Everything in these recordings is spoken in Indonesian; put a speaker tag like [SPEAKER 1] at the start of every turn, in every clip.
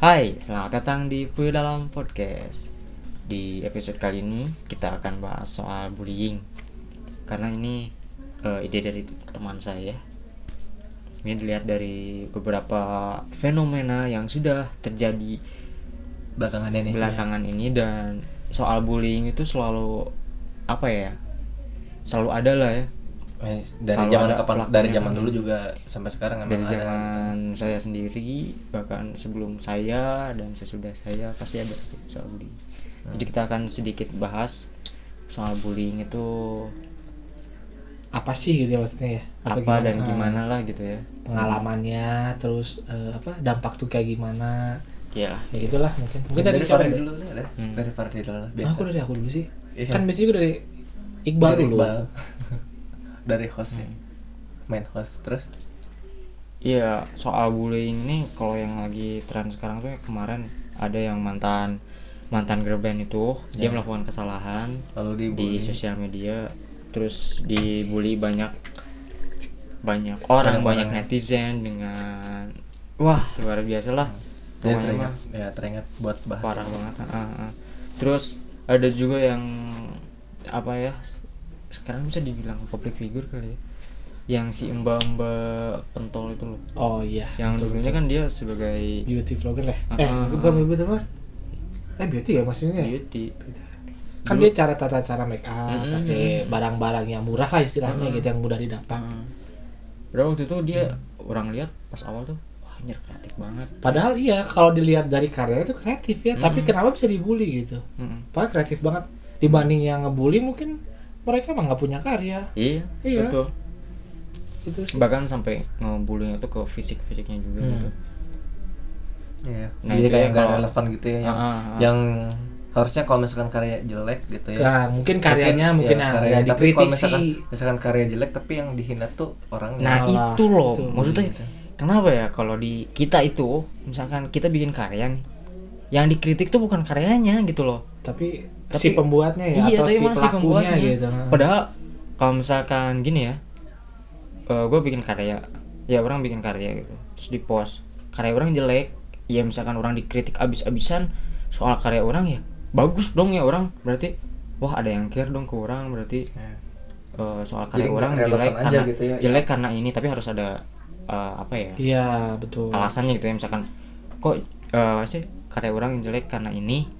[SPEAKER 1] Hai, selamat datang di Puyo Dalam Podcast. Di episode kali ini kita akan bahas soal bullying. Karena ini eh, ide dari teman saya. Ini dilihat dari beberapa fenomena yang sudah terjadi
[SPEAKER 2] belakangan ini iya.
[SPEAKER 1] belakangan ini dan soal bullying itu selalu apa ya? Selalu ada lah ya.
[SPEAKER 2] Eh, dari
[SPEAKER 1] Selalu
[SPEAKER 2] zaman
[SPEAKER 1] ada
[SPEAKER 2] kapan
[SPEAKER 1] pelakunya. kan.
[SPEAKER 2] dari zaman dulu juga sampai sekarang
[SPEAKER 1] dari
[SPEAKER 2] emang ada
[SPEAKER 1] zaman saya sendiri bahkan sebelum saya dan sesudah saya pasti ada tuh soal bullying jadi kita akan sedikit bahas soal bullying itu
[SPEAKER 3] apa sih gitu ya maksudnya ya
[SPEAKER 1] apa
[SPEAKER 3] gimana? Eh,
[SPEAKER 1] dan gimana lah gitu ya
[SPEAKER 3] pengalamannya terus eh, apa dampak tuh kayak gimana
[SPEAKER 1] ya
[SPEAKER 3] ya itulah mungkin mungkin dari,
[SPEAKER 2] dari
[SPEAKER 3] siapa
[SPEAKER 2] Fardi
[SPEAKER 3] deh?
[SPEAKER 2] dulu ya, ada
[SPEAKER 1] Hmm.
[SPEAKER 2] dari Fardi dulu lah, biasa
[SPEAKER 3] aku dari aku dulu sih
[SPEAKER 2] Iya.
[SPEAKER 3] kan biasanya gue dari Iqbal
[SPEAKER 2] Dari
[SPEAKER 3] dulu
[SPEAKER 2] Iqbal. dari host
[SPEAKER 1] Hmm.
[SPEAKER 2] ya main host terus
[SPEAKER 1] Iya, soal bullying ini kalau yang lagi tren sekarang tuh ya kemarin ada yang mantan mantan girl band itu dia
[SPEAKER 2] Ya.
[SPEAKER 1] melakukan kesalahan
[SPEAKER 2] Lalu
[SPEAKER 1] di
[SPEAKER 2] dibully.
[SPEAKER 1] sosial media terus dibully banyak banyak orang banyak,
[SPEAKER 2] Banyak orang.
[SPEAKER 1] netizen dengan wah luar biasa lah
[SPEAKER 2] dia
[SPEAKER 1] Pokoknya
[SPEAKER 2] teringat
[SPEAKER 1] mah
[SPEAKER 2] ya teringat buat bahas
[SPEAKER 1] parah banget ah, ah, ah. terus ada juga yang apa ya sekarang bisa dibilang public figure kali ya yang si mbak-mbak pentol itu loh
[SPEAKER 3] oh iya
[SPEAKER 1] yang
[SPEAKER 3] Betul,
[SPEAKER 1] dulunya kan dia sebagai
[SPEAKER 3] beauty vlogger lah
[SPEAKER 1] Ah,
[SPEAKER 3] eh
[SPEAKER 1] ah,
[SPEAKER 3] bukan
[SPEAKER 1] ah.
[SPEAKER 3] beauty vlogger eh beauty ya maksudnya
[SPEAKER 1] beauty
[SPEAKER 3] kan
[SPEAKER 1] Dulu-
[SPEAKER 3] dia cara tata cara make up
[SPEAKER 1] Mm-mm.
[SPEAKER 3] pakai barang-barang yang murah lah istilahnya
[SPEAKER 1] Mm-mm.
[SPEAKER 3] gitu yang mudah didapat
[SPEAKER 1] Heeh. Padahal waktu itu dia orang lihat pas awal tuh wah anjir kreatif banget
[SPEAKER 3] padahal iya kalau dilihat dari karyanya itu kreatif ya tapi
[SPEAKER 1] Mm-mm.
[SPEAKER 3] kenapa bisa dibully gitu
[SPEAKER 1] Heeh.
[SPEAKER 3] Padahal kreatif banget dibanding yang ngebully mungkin mereka emang nggak punya karya
[SPEAKER 1] Iya,
[SPEAKER 3] Iya.
[SPEAKER 1] betul.
[SPEAKER 3] gitu sih.
[SPEAKER 1] Bahkan sampai ngebullying itu ke fisik-fisiknya juga
[SPEAKER 3] Hmm.
[SPEAKER 1] gitu.
[SPEAKER 2] Iya.
[SPEAKER 1] Nah,
[SPEAKER 2] jadi
[SPEAKER 1] itu
[SPEAKER 2] kayak
[SPEAKER 1] yang
[SPEAKER 2] nggak
[SPEAKER 1] kalau-
[SPEAKER 2] relevan gitu ya yang,
[SPEAKER 1] Ah, ah, ah.
[SPEAKER 2] yang harusnya kalau misalkan karya jelek gitu ya
[SPEAKER 3] Nah, mungkin karyanya mungkin,
[SPEAKER 2] ya,
[SPEAKER 3] ada
[SPEAKER 2] karyanya. tapi kalau
[SPEAKER 3] dikritisi
[SPEAKER 2] misalkan, misalkan karya jelek tapi yang dihina tuh orangnya
[SPEAKER 1] Nah,
[SPEAKER 3] Nah,
[SPEAKER 1] itu loh.
[SPEAKER 3] itu. Hmm.
[SPEAKER 1] Maksudnya
[SPEAKER 2] Gitu.
[SPEAKER 1] kenapa ya kalau di kita itu misalkan kita bikin karya nih yang dikritik tuh bukan karyanya gitu loh.
[SPEAKER 3] tapi,
[SPEAKER 1] Tapi-
[SPEAKER 3] si pembuatnya ya
[SPEAKER 1] iya,
[SPEAKER 3] atau
[SPEAKER 1] tapi
[SPEAKER 3] si
[SPEAKER 1] malah si
[SPEAKER 3] pelakunya
[SPEAKER 1] pembuatnya.
[SPEAKER 3] gitu
[SPEAKER 1] Padahal kalau misalkan gini ya, gue bikin karya, ya orang bikin karya gitu, terus di post, karya orang jelek, ya misalkan orang dikritik abis-abisan soal karya orang ya, bagus dong ya orang, berarti wah ada yang care dong ke orang, berarti
[SPEAKER 2] Iya.
[SPEAKER 1] eh, soal
[SPEAKER 2] Jadi
[SPEAKER 1] karya
[SPEAKER 2] nggak
[SPEAKER 1] orang
[SPEAKER 2] relevan
[SPEAKER 1] jelek
[SPEAKER 2] aja
[SPEAKER 1] karena
[SPEAKER 2] gitu ya.
[SPEAKER 1] jelek karena ini, tapi harus ada eh, apa ya
[SPEAKER 3] iya betul
[SPEAKER 1] alasannya gitu ya misalkan kok eh, sih karya orang yang jelek karena ini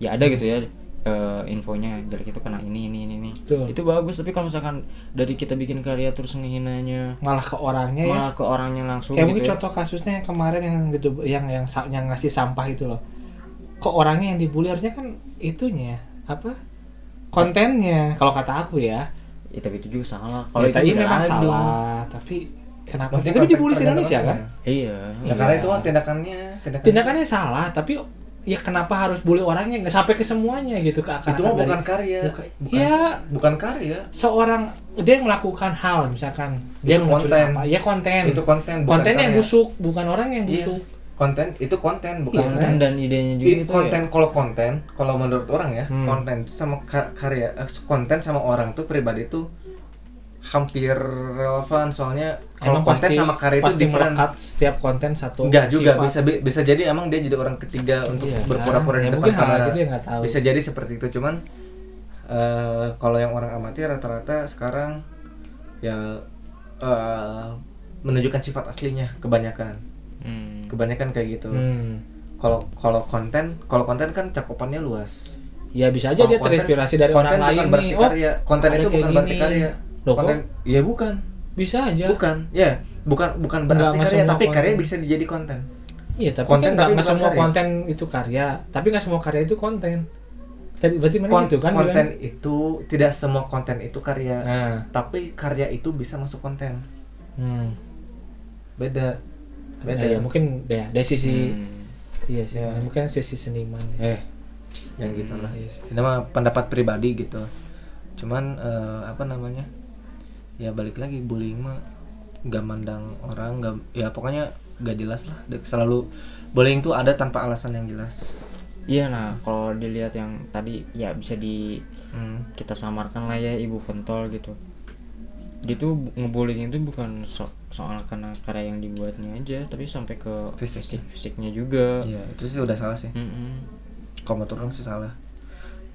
[SPEAKER 1] ya ada gitu ya eh, infonya jelek itu karena ini ini ini, ini.
[SPEAKER 3] Betul.
[SPEAKER 1] itu bagus tapi kalau misalkan dari kita bikin karya terus ngehinanya
[SPEAKER 3] malah ke
[SPEAKER 2] Iya,
[SPEAKER 3] orangnya ya
[SPEAKER 1] malah ke orangnya langsung
[SPEAKER 3] kayak mungkin
[SPEAKER 1] gitu ya.
[SPEAKER 3] contoh kasusnya yang kemarin yang gitu yang yang sa- yang ngasih sampah itu loh kok orangnya yang dibully harusnya kan itunya apa kontennya kalau kata aku ya
[SPEAKER 1] Ya, tapi itu juga salah
[SPEAKER 2] Ya,
[SPEAKER 3] kalau
[SPEAKER 1] kalau itu
[SPEAKER 3] ini
[SPEAKER 1] beda
[SPEAKER 3] memang
[SPEAKER 1] lagi dong.
[SPEAKER 3] salah tapi kenapa
[SPEAKER 2] Maksudnya
[SPEAKER 3] tapi
[SPEAKER 2] konten
[SPEAKER 3] dibully di
[SPEAKER 2] karya
[SPEAKER 3] Indonesia
[SPEAKER 2] orang
[SPEAKER 3] kan
[SPEAKER 2] ya.
[SPEAKER 1] iya
[SPEAKER 2] Ya, karena itu kan tindakannya, tindakannya.
[SPEAKER 3] tindakannya salah tapi ya kenapa harus bully orangnya nggak sampai ke semuanya gitu ke akar
[SPEAKER 2] itu mah bukan karya.
[SPEAKER 3] bukan,
[SPEAKER 2] Bukan,
[SPEAKER 3] ya
[SPEAKER 2] bukan karya.
[SPEAKER 3] seorang dia yang melakukan hal misalkan dia
[SPEAKER 2] Itu
[SPEAKER 3] ngunculin
[SPEAKER 2] konten.
[SPEAKER 3] apa ya konten
[SPEAKER 2] Itu konten, bukan
[SPEAKER 3] kontennya yang
[SPEAKER 2] karya.
[SPEAKER 3] busuk bukan orang yang
[SPEAKER 2] Iya.
[SPEAKER 3] busuk
[SPEAKER 2] Konten itu konten bukan
[SPEAKER 3] Iya, gitu ya.
[SPEAKER 1] konten
[SPEAKER 2] karya.
[SPEAKER 1] dan idenya juga
[SPEAKER 2] Di
[SPEAKER 1] itu ya.
[SPEAKER 2] konten kalau konten kalau menurut orang ya
[SPEAKER 1] Hmm.
[SPEAKER 2] konten itu sama ka- karya eh, konten sama orang tuh pribadi tuh hampir relevan soalnya kalau
[SPEAKER 3] emang
[SPEAKER 2] konten
[SPEAKER 3] pasti
[SPEAKER 2] sama karya itu
[SPEAKER 3] pasti
[SPEAKER 2] different
[SPEAKER 3] melekat setiap konten satu
[SPEAKER 2] enggak juga
[SPEAKER 3] sifat.
[SPEAKER 2] bisa bi- bisa jadi emang dia jadi orang ketiga untuk
[SPEAKER 3] Iya,
[SPEAKER 2] berpura-pura
[SPEAKER 3] kan?
[SPEAKER 2] di
[SPEAKER 3] Ya,
[SPEAKER 2] depan
[SPEAKER 3] mungkin hal
[SPEAKER 2] kamera
[SPEAKER 3] gitu ya nggak tahu.
[SPEAKER 2] bisa jadi seperti itu cuman eh, kalau yang orang amatir rata-rata sekarang ya eh, menunjukkan sifat aslinya kebanyakan
[SPEAKER 1] Hmm.
[SPEAKER 2] kebanyakan kayak gitu
[SPEAKER 3] hmm.
[SPEAKER 2] kalau kalau konten kalau konten kan cakupannya luas
[SPEAKER 3] ya bisa aja
[SPEAKER 2] Kalau
[SPEAKER 3] dia
[SPEAKER 2] konten-
[SPEAKER 3] terinspirasi dari
[SPEAKER 2] konten
[SPEAKER 3] orang lain
[SPEAKER 2] bukan berarti
[SPEAKER 3] nih oh
[SPEAKER 2] karya konten
[SPEAKER 3] ada
[SPEAKER 2] itu
[SPEAKER 3] kayak
[SPEAKER 2] bukan berarti
[SPEAKER 3] gini.
[SPEAKER 2] karya
[SPEAKER 3] Loh, kok?
[SPEAKER 2] konten ya bukan
[SPEAKER 3] bisa aja
[SPEAKER 2] bukan ya bukan bukan
[SPEAKER 3] Nggak,
[SPEAKER 2] berarti
[SPEAKER 3] nggak
[SPEAKER 2] karya
[SPEAKER 3] semua
[SPEAKER 2] tapi
[SPEAKER 3] konten.
[SPEAKER 2] karya bisa dijadi konten
[SPEAKER 3] iya tapi
[SPEAKER 2] Konten
[SPEAKER 3] kan nggak
[SPEAKER 2] tapi
[SPEAKER 3] nggak
[SPEAKER 2] bukan
[SPEAKER 3] semua
[SPEAKER 2] karya.
[SPEAKER 3] konten itu karya tapi nggak semua karya itu konten Tadi- berarti mana
[SPEAKER 2] Kon-
[SPEAKER 3] gitu kan
[SPEAKER 2] konten
[SPEAKER 3] bilang?
[SPEAKER 2] itu tidak semua konten itu karya
[SPEAKER 3] nah
[SPEAKER 2] tapi karya itu bisa masuk konten
[SPEAKER 3] hmm.
[SPEAKER 2] beda beda
[SPEAKER 3] Ya, ya, mungkin ya, dari sisi
[SPEAKER 1] Hmm.
[SPEAKER 3] iya sih,
[SPEAKER 2] Ya.
[SPEAKER 3] mungkin sisi seniman. ya.
[SPEAKER 2] eh yang gitu lah
[SPEAKER 3] Iya sih.
[SPEAKER 2] ini mah pendapat pribadi gitu cuman eh, apa namanya ya balik lagi bullying mah gak mandang orang gak ya pokoknya gak jelas lah Dia selalu bullying tuh ada tanpa alasan yang jelas
[SPEAKER 1] iya nah kalau dilihat yang tadi ya bisa di
[SPEAKER 2] hmm.
[SPEAKER 1] kita samarkan lah ya ibu pentol gitu dia tuh bu- ngebullying itu bukan so- soal karena karya yang dibuatnya aja tapi sampai ke
[SPEAKER 2] Fisik.
[SPEAKER 1] fisik fisiknya juga
[SPEAKER 2] Iya, itu sih udah salah sih.
[SPEAKER 1] Mm-mm.
[SPEAKER 2] Kalau menurut orang sih salah.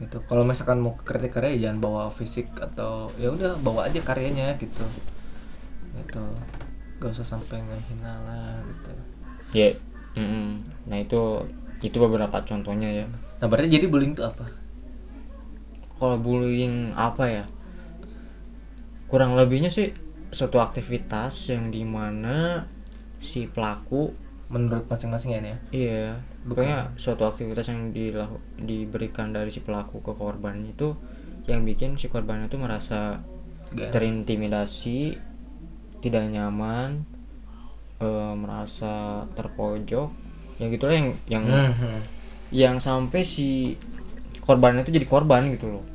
[SPEAKER 2] Gitu. Kalau misalkan mau kritik karya ya jangan bawa fisik atau ya udah bawa aja karyanya gitu. Gitu. Gak usah sampai ngehina lah gitu.
[SPEAKER 1] ya mm-mm. nah itu itu beberapa contohnya ya
[SPEAKER 2] Nah, berarti jadi bullying itu apa?
[SPEAKER 1] kalau bullying apa ya kurang lebihnya sih suatu aktivitas yang dimana si pelaku
[SPEAKER 2] Menurut masing-masing ya ini ya.
[SPEAKER 1] iya
[SPEAKER 2] Bukan.
[SPEAKER 1] pokoknya suatu aktivitas yang dilaku, diberikan dari si pelaku ke korban itu yang bikin si korban itu merasa
[SPEAKER 2] Gak enak.
[SPEAKER 1] terintimidasi tidak nyaman eh, merasa terpojok ya gitulah yang yang hmm.
[SPEAKER 2] Mhm.
[SPEAKER 1] yang sampai si korbannya itu jadi korban gitu loh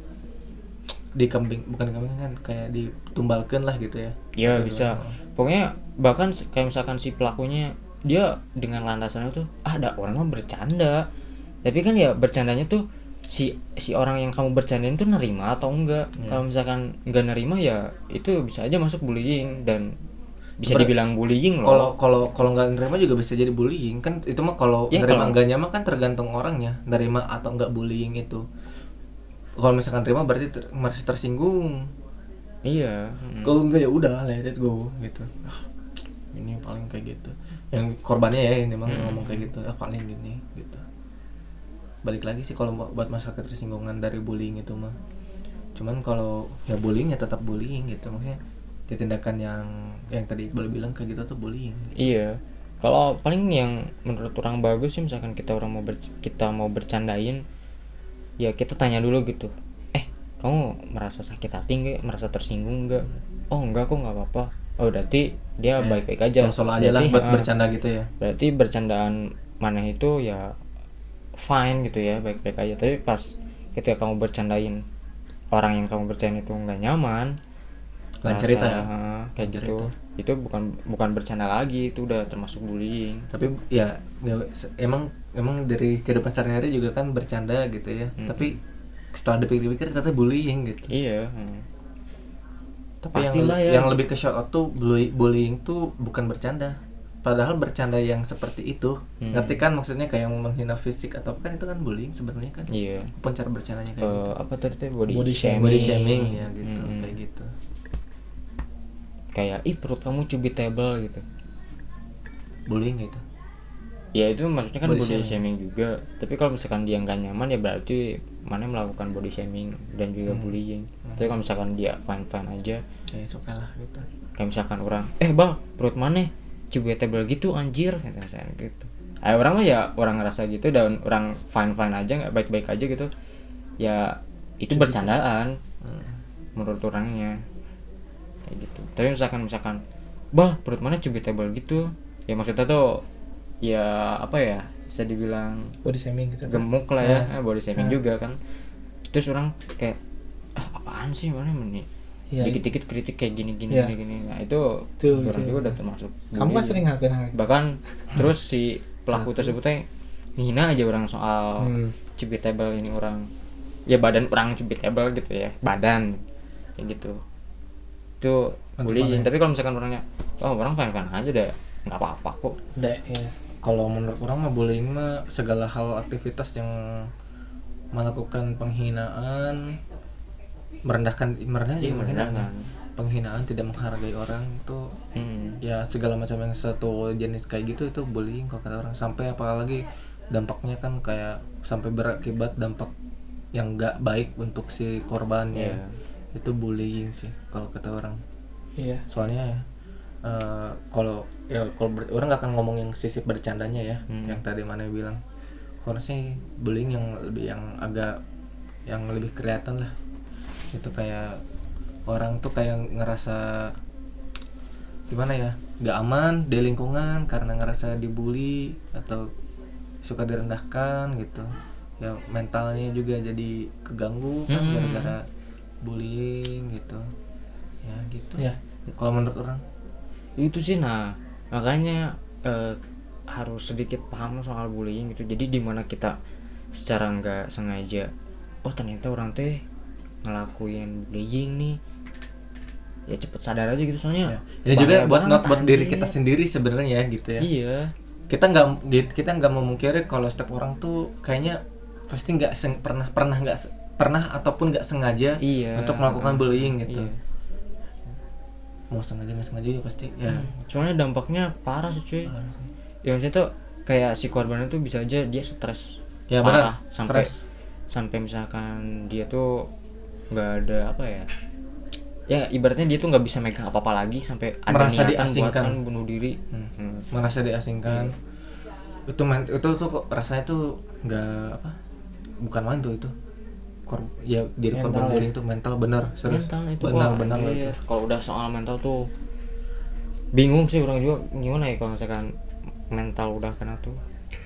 [SPEAKER 2] Di kambing, bukan kambing kan kayak ditumbalkan lah gitu ya.
[SPEAKER 1] Iya
[SPEAKER 2] Gitu.
[SPEAKER 1] bisa. Pokoknya bahkan se- kayak misalkan si pelakunya dia dengan landasannya tuh ah ada orang mah bercanda. Tapi kan ya bercandanya tuh si si orang yang kamu bercandain tuh nerima atau enggak.
[SPEAKER 2] Iya.
[SPEAKER 1] Kalau misalkan enggak nerima ya itu bisa aja masuk bullying dan bisa
[SPEAKER 2] Sebenarnya-
[SPEAKER 1] dibilang bullying
[SPEAKER 2] kalau
[SPEAKER 1] loh.
[SPEAKER 2] kalau kalau nggak nerima juga bisa jadi bullying kan itu mah kalau
[SPEAKER 1] Iya,
[SPEAKER 2] nerima
[SPEAKER 1] kalau-
[SPEAKER 2] nggak nyaman kan tergantung orangnya nerima atau nggak bullying itu kalau misalkan terima berarti ter- masih tersinggung
[SPEAKER 1] iya. mm.
[SPEAKER 2] kalau nggak ya udah let it go gitu Ah, ini paling kayak gitu yang korbannya ya ini
[SPEAKER 1] Hmm.
[SPEAKER 2] emang ngomong kayak gitu ah paling gini gitu balik lagi sih kalau buat masyarakat tersinggungan dari bullying itu mah cuman kalau ya bullying ya tetap bullying gitu maksudnya ya tindakan yang yang tadi Iqbal bilang kayak gitu tuh bullying
[SPEAKER 1] Iya. Kalau paling yang menurut orang bagus sih misalkan kita orang mau ber- kita mau bercandain ya kita tanya dulu gitu. Eh, kamu merasa sakit hati nggak? Merasa tersinggung nggak? Oh, enggak kok nggak apa-apa. Oh, berarti dia
[SPEAKER 2] Eh,
[SPEAKER 1] baik-baik aja.
[SPEAKER 2] Solo-solo aja lah
[SPEAKER 1] Berarti,
[SPEAKER 2] buat
[SPEAKER 1] ah,
[SPEAKER 2] bercanda gitu ya.
[SPEAKER 1] Berarti bercandaan mana itu ya fine gitu ya, baik-baik aja. Tapi pas ketika kamu bercandain orang yang kamu bercandain itu nggak nyaman,
[SPEAKER 2] Lain
[SPEAKER 1] merasa,
[SPEAKER 2] cerita ya.
[SPEAKER 1] ah, kayak
[SPEAKER 2] Lain
[SPEAKER 1] gitu. Itu bukan bukan bercanda lagi, itu udah termasuk bullying.
[SPEAKER 2] Tapi ya nggak- se- emang emang dari kehidupan sehari-hari juga kan bercanda gitu ya.
[SPEAKER 1] Mm-mm.
[SPEAKER 2] Tapi setelah dipikir-pikir ternyata bullying gitu.
[SPEAKER 1] Iya. hmm.
[SPEAKER 2] Tapi
[SPEAKER 1] Pastilah ya.
[SPEAKER 2] yang, yang lebih ke shout out tuh bully- bullying tuh bukan bercanda. Padahal bercanda yang seperti itu,
[SPEAKER 1] Mm.
[SPEAKER 2] ngerti kan maksudnya kayak yang menghina fisik atau kan itu kan bullying sebenarnya kan.
[SPEAKER 1] Iya.
[SPEAKER 2] Pun cara bercandanya kayak
[SPEAKER 1] Eh, apa tadi tuh, body,
[SPEAKER 2] gitu.
[SPEAKER 1] shaming.
[SPEAKER 2] Oh, Body shaming ya gitu,
[SPEAKER 1] Mm-mm.
[SPEAKER 2] kayak gitu.
[SPEAKER 1] Kayak ih perut kamu cubit table gitu.
[SPEAKER 2] Bullying gitu.
[SPEAKER 1] Ya itu maksudnya kan
[SPEAKER 2] Body
[SPEAKER 1] body,
[SPEAKER 2] shaming.
[SPEAKER 1] shaming. juga. Tapi kalau misalkan dia nggak nyaman ya berarti mana melakukan body shaming dan juga bullying. Tapi kalau misalkan dia fine fine aja,
[SPEAKER 2] Ya, it's okay lah gitu.
[SPEAKER 1] kayak misalkan orang, eh bal perut mana cubit table gitu anjir, gitu, misalkan gitu. Ah, orang mah ya orang ngerasa gitu dan orang fine fine aja nggak baik baik aja gitu. Ya itu bercandaan.
[SPEAKER 2] Mm.
[SPEAKER 1] menurut orangnya kayak gitu tapi misalkan misalkan bah perut mana cubitable gitu ya maksudnya tuh ya apa ya bisa dibilang
[SPEAKER 3] body shaming gitu
[SPEAKER 1] gemuk lah ya eh, body shaming
[SPEAKER 3] Nah.
[SPEAKER 1] juga kan terus orang kayak ah, apaan sih mana ini
[SPEAKER 3] Iya.
[SPEAKER 1] dikit-dikit kritik kayak gini gini
[SPEAKER 3] Iya.
[SPEAKER 1] gini, gini. nah itu
[SPEAKER 3] Tuh,
[SPEAKER 1] orang
[SPEAKER 3] itu.
[SPEAKER 1] juga udah termasuk
[SPEAKER 3] kamu kan
[SPEAKER 1] bully.
[SPEAKER 3] sering ngelakuin hal itu
[SPEAKER 1] bahkan terus si pelaku tersebutnya ngehina aja orang soal
[SPEAKER 3] Hmm.
[SPEAKER 1] cubitable ini orang ya badan orang cubitable gitu ya badan kayak gitu itu
[SPEAKER 3] ya.
[SPEAKER 1] bullying tapi kalau misalkan orangnya oh orang fan fan aja deh nggak apa apa kok
[SPEAKER 3] Nggak, ya.
[SPEAKER 2] Kalau menurut orang mah bullying mah segala hal aktivitas yang melakukan penghinaan, merendahkan merendahkan,
[SPEAKER 1] Iya,
[SPEAKER 2] juga penghinaan ya.
[SPEAKER 1] merendahkan.
[SPEAKER 2] Penghinaan tidak menghargai orang tuh
[SPEAKER 1] hmm.
[SPEAKER 2] ya segala macam yang satu jenis kayak gitu itu bullying kalau kata orang sampai apalagi dampaknya kan kayak sampai berakibat dampak yang nggak baik untuk si korbannya
[SPEAKER 1] Iya.
[SPEAKER 2] itu bullying sih kalau kata orang
[SPEAKER 3] iya
[SPEAKER 2] soalnya eh, kalau ya kalau ber- orang nggak akan ngomong yang sisi bercandanya ya
[SPEAKER 1] Hmm.
[SPEAKER 2] yang tadi mana bilang harusnya bullying yang lebih yang agak yang lebih kelihatan lah itu kayak orang tuh kayak ngerasa gimana ya nggak aman di lingkungan karena ngerasa dibully atau suka direndahkan gitu ya mentalnya juga jadi keganggu kan
[SPEAKER 1] Hmm.
[SPEAKER 2] gara-gara bullying gitu ya gitu
[SPEAKER 3] Iya.
[SPEAKER 2] kalau menurut orang
[SPEAKER 1] itu sih nah makanya eh, harus sedikit paham soal bullying gitu jadi dimana kita secara nggak sengaja oh ternyata orang teh ngelakuin bullying nih ya cepet sadar aja gitu soalnya
[SPEAKER 2] Ini Iya. ya. juga
[SPEAKER 1] bahaya
[SPEAKER 2] buat
[SPEAKER 1] banget,
[SPEAKER 2] not buat diri
[SPEAKER 1] anjir.
[SPEAKER 2] kita sendiri sebenarnya gitu ya.
[SPEAKER 1] iya
[SPEAKER 2] Kita nggak di- kita nggak memungkiri kalau setiap orang tuh kayaknya pasti nggak seng- pernah pernah nggak se- pernah ataupun nggak sengaja
[SPEAKER 1] iya
[SPEAKER 2] untuk melakukan bullying gitu.
[SPEAKER 1] Iya.
[SPEAKER 2] Mau sengaja nggak sengaja juga pasti. Ya.
[SPEAKER 1] Hmm. soalnya dampaknya parah sih cuy ya maksudnya tuh kayak si korbannya tuh bisa aja dia stres
[SPEAKER 2] Ya
[SPEAKER 1] Parah,
[SPEAKER 2] benar.
[SPEAKER 1] sampai-
[SPEAKER 2] Stres.
[SPEAKER 1] sampai misalkan dia tuh nggak ada apa ya ya ibaratnya dia tuh nggak bisa megang apa apa lagi sampai ada
[SPEAKER 2] Merasa
[SPEAKER 1] niatan buat
[SPEAKER 2] diasingkan.
[SPEAKER 1] kan bunuh diri
[SPEAKER 2] Hmm.
[SPEAKER 1] Hmm.
[SPEAKER 2] merasa
[SPEAKER 1] Iya.
[SPEAKER 2] diasingkan itu man, itu tuh kok rasanya tuh nggak apa bukan mantu itu Kor, ya diri korban
[SPEAKER 3] Mental ya?
[SPEAKER 2] bullying tuh mental bener serius
[SPEAKER 1] mental itu wah,
[SPEAKER 2] benar
[SPEAKER 1] iya,
[SPEAKER 2] benar loh
[SPEAKER 1] anjir.
[SPEAKER 2] itu
[SPEAKER 1] kalau udah soal mental tuh bingung sih orang juga gimana ya kalau misalkan mental udah kena tuh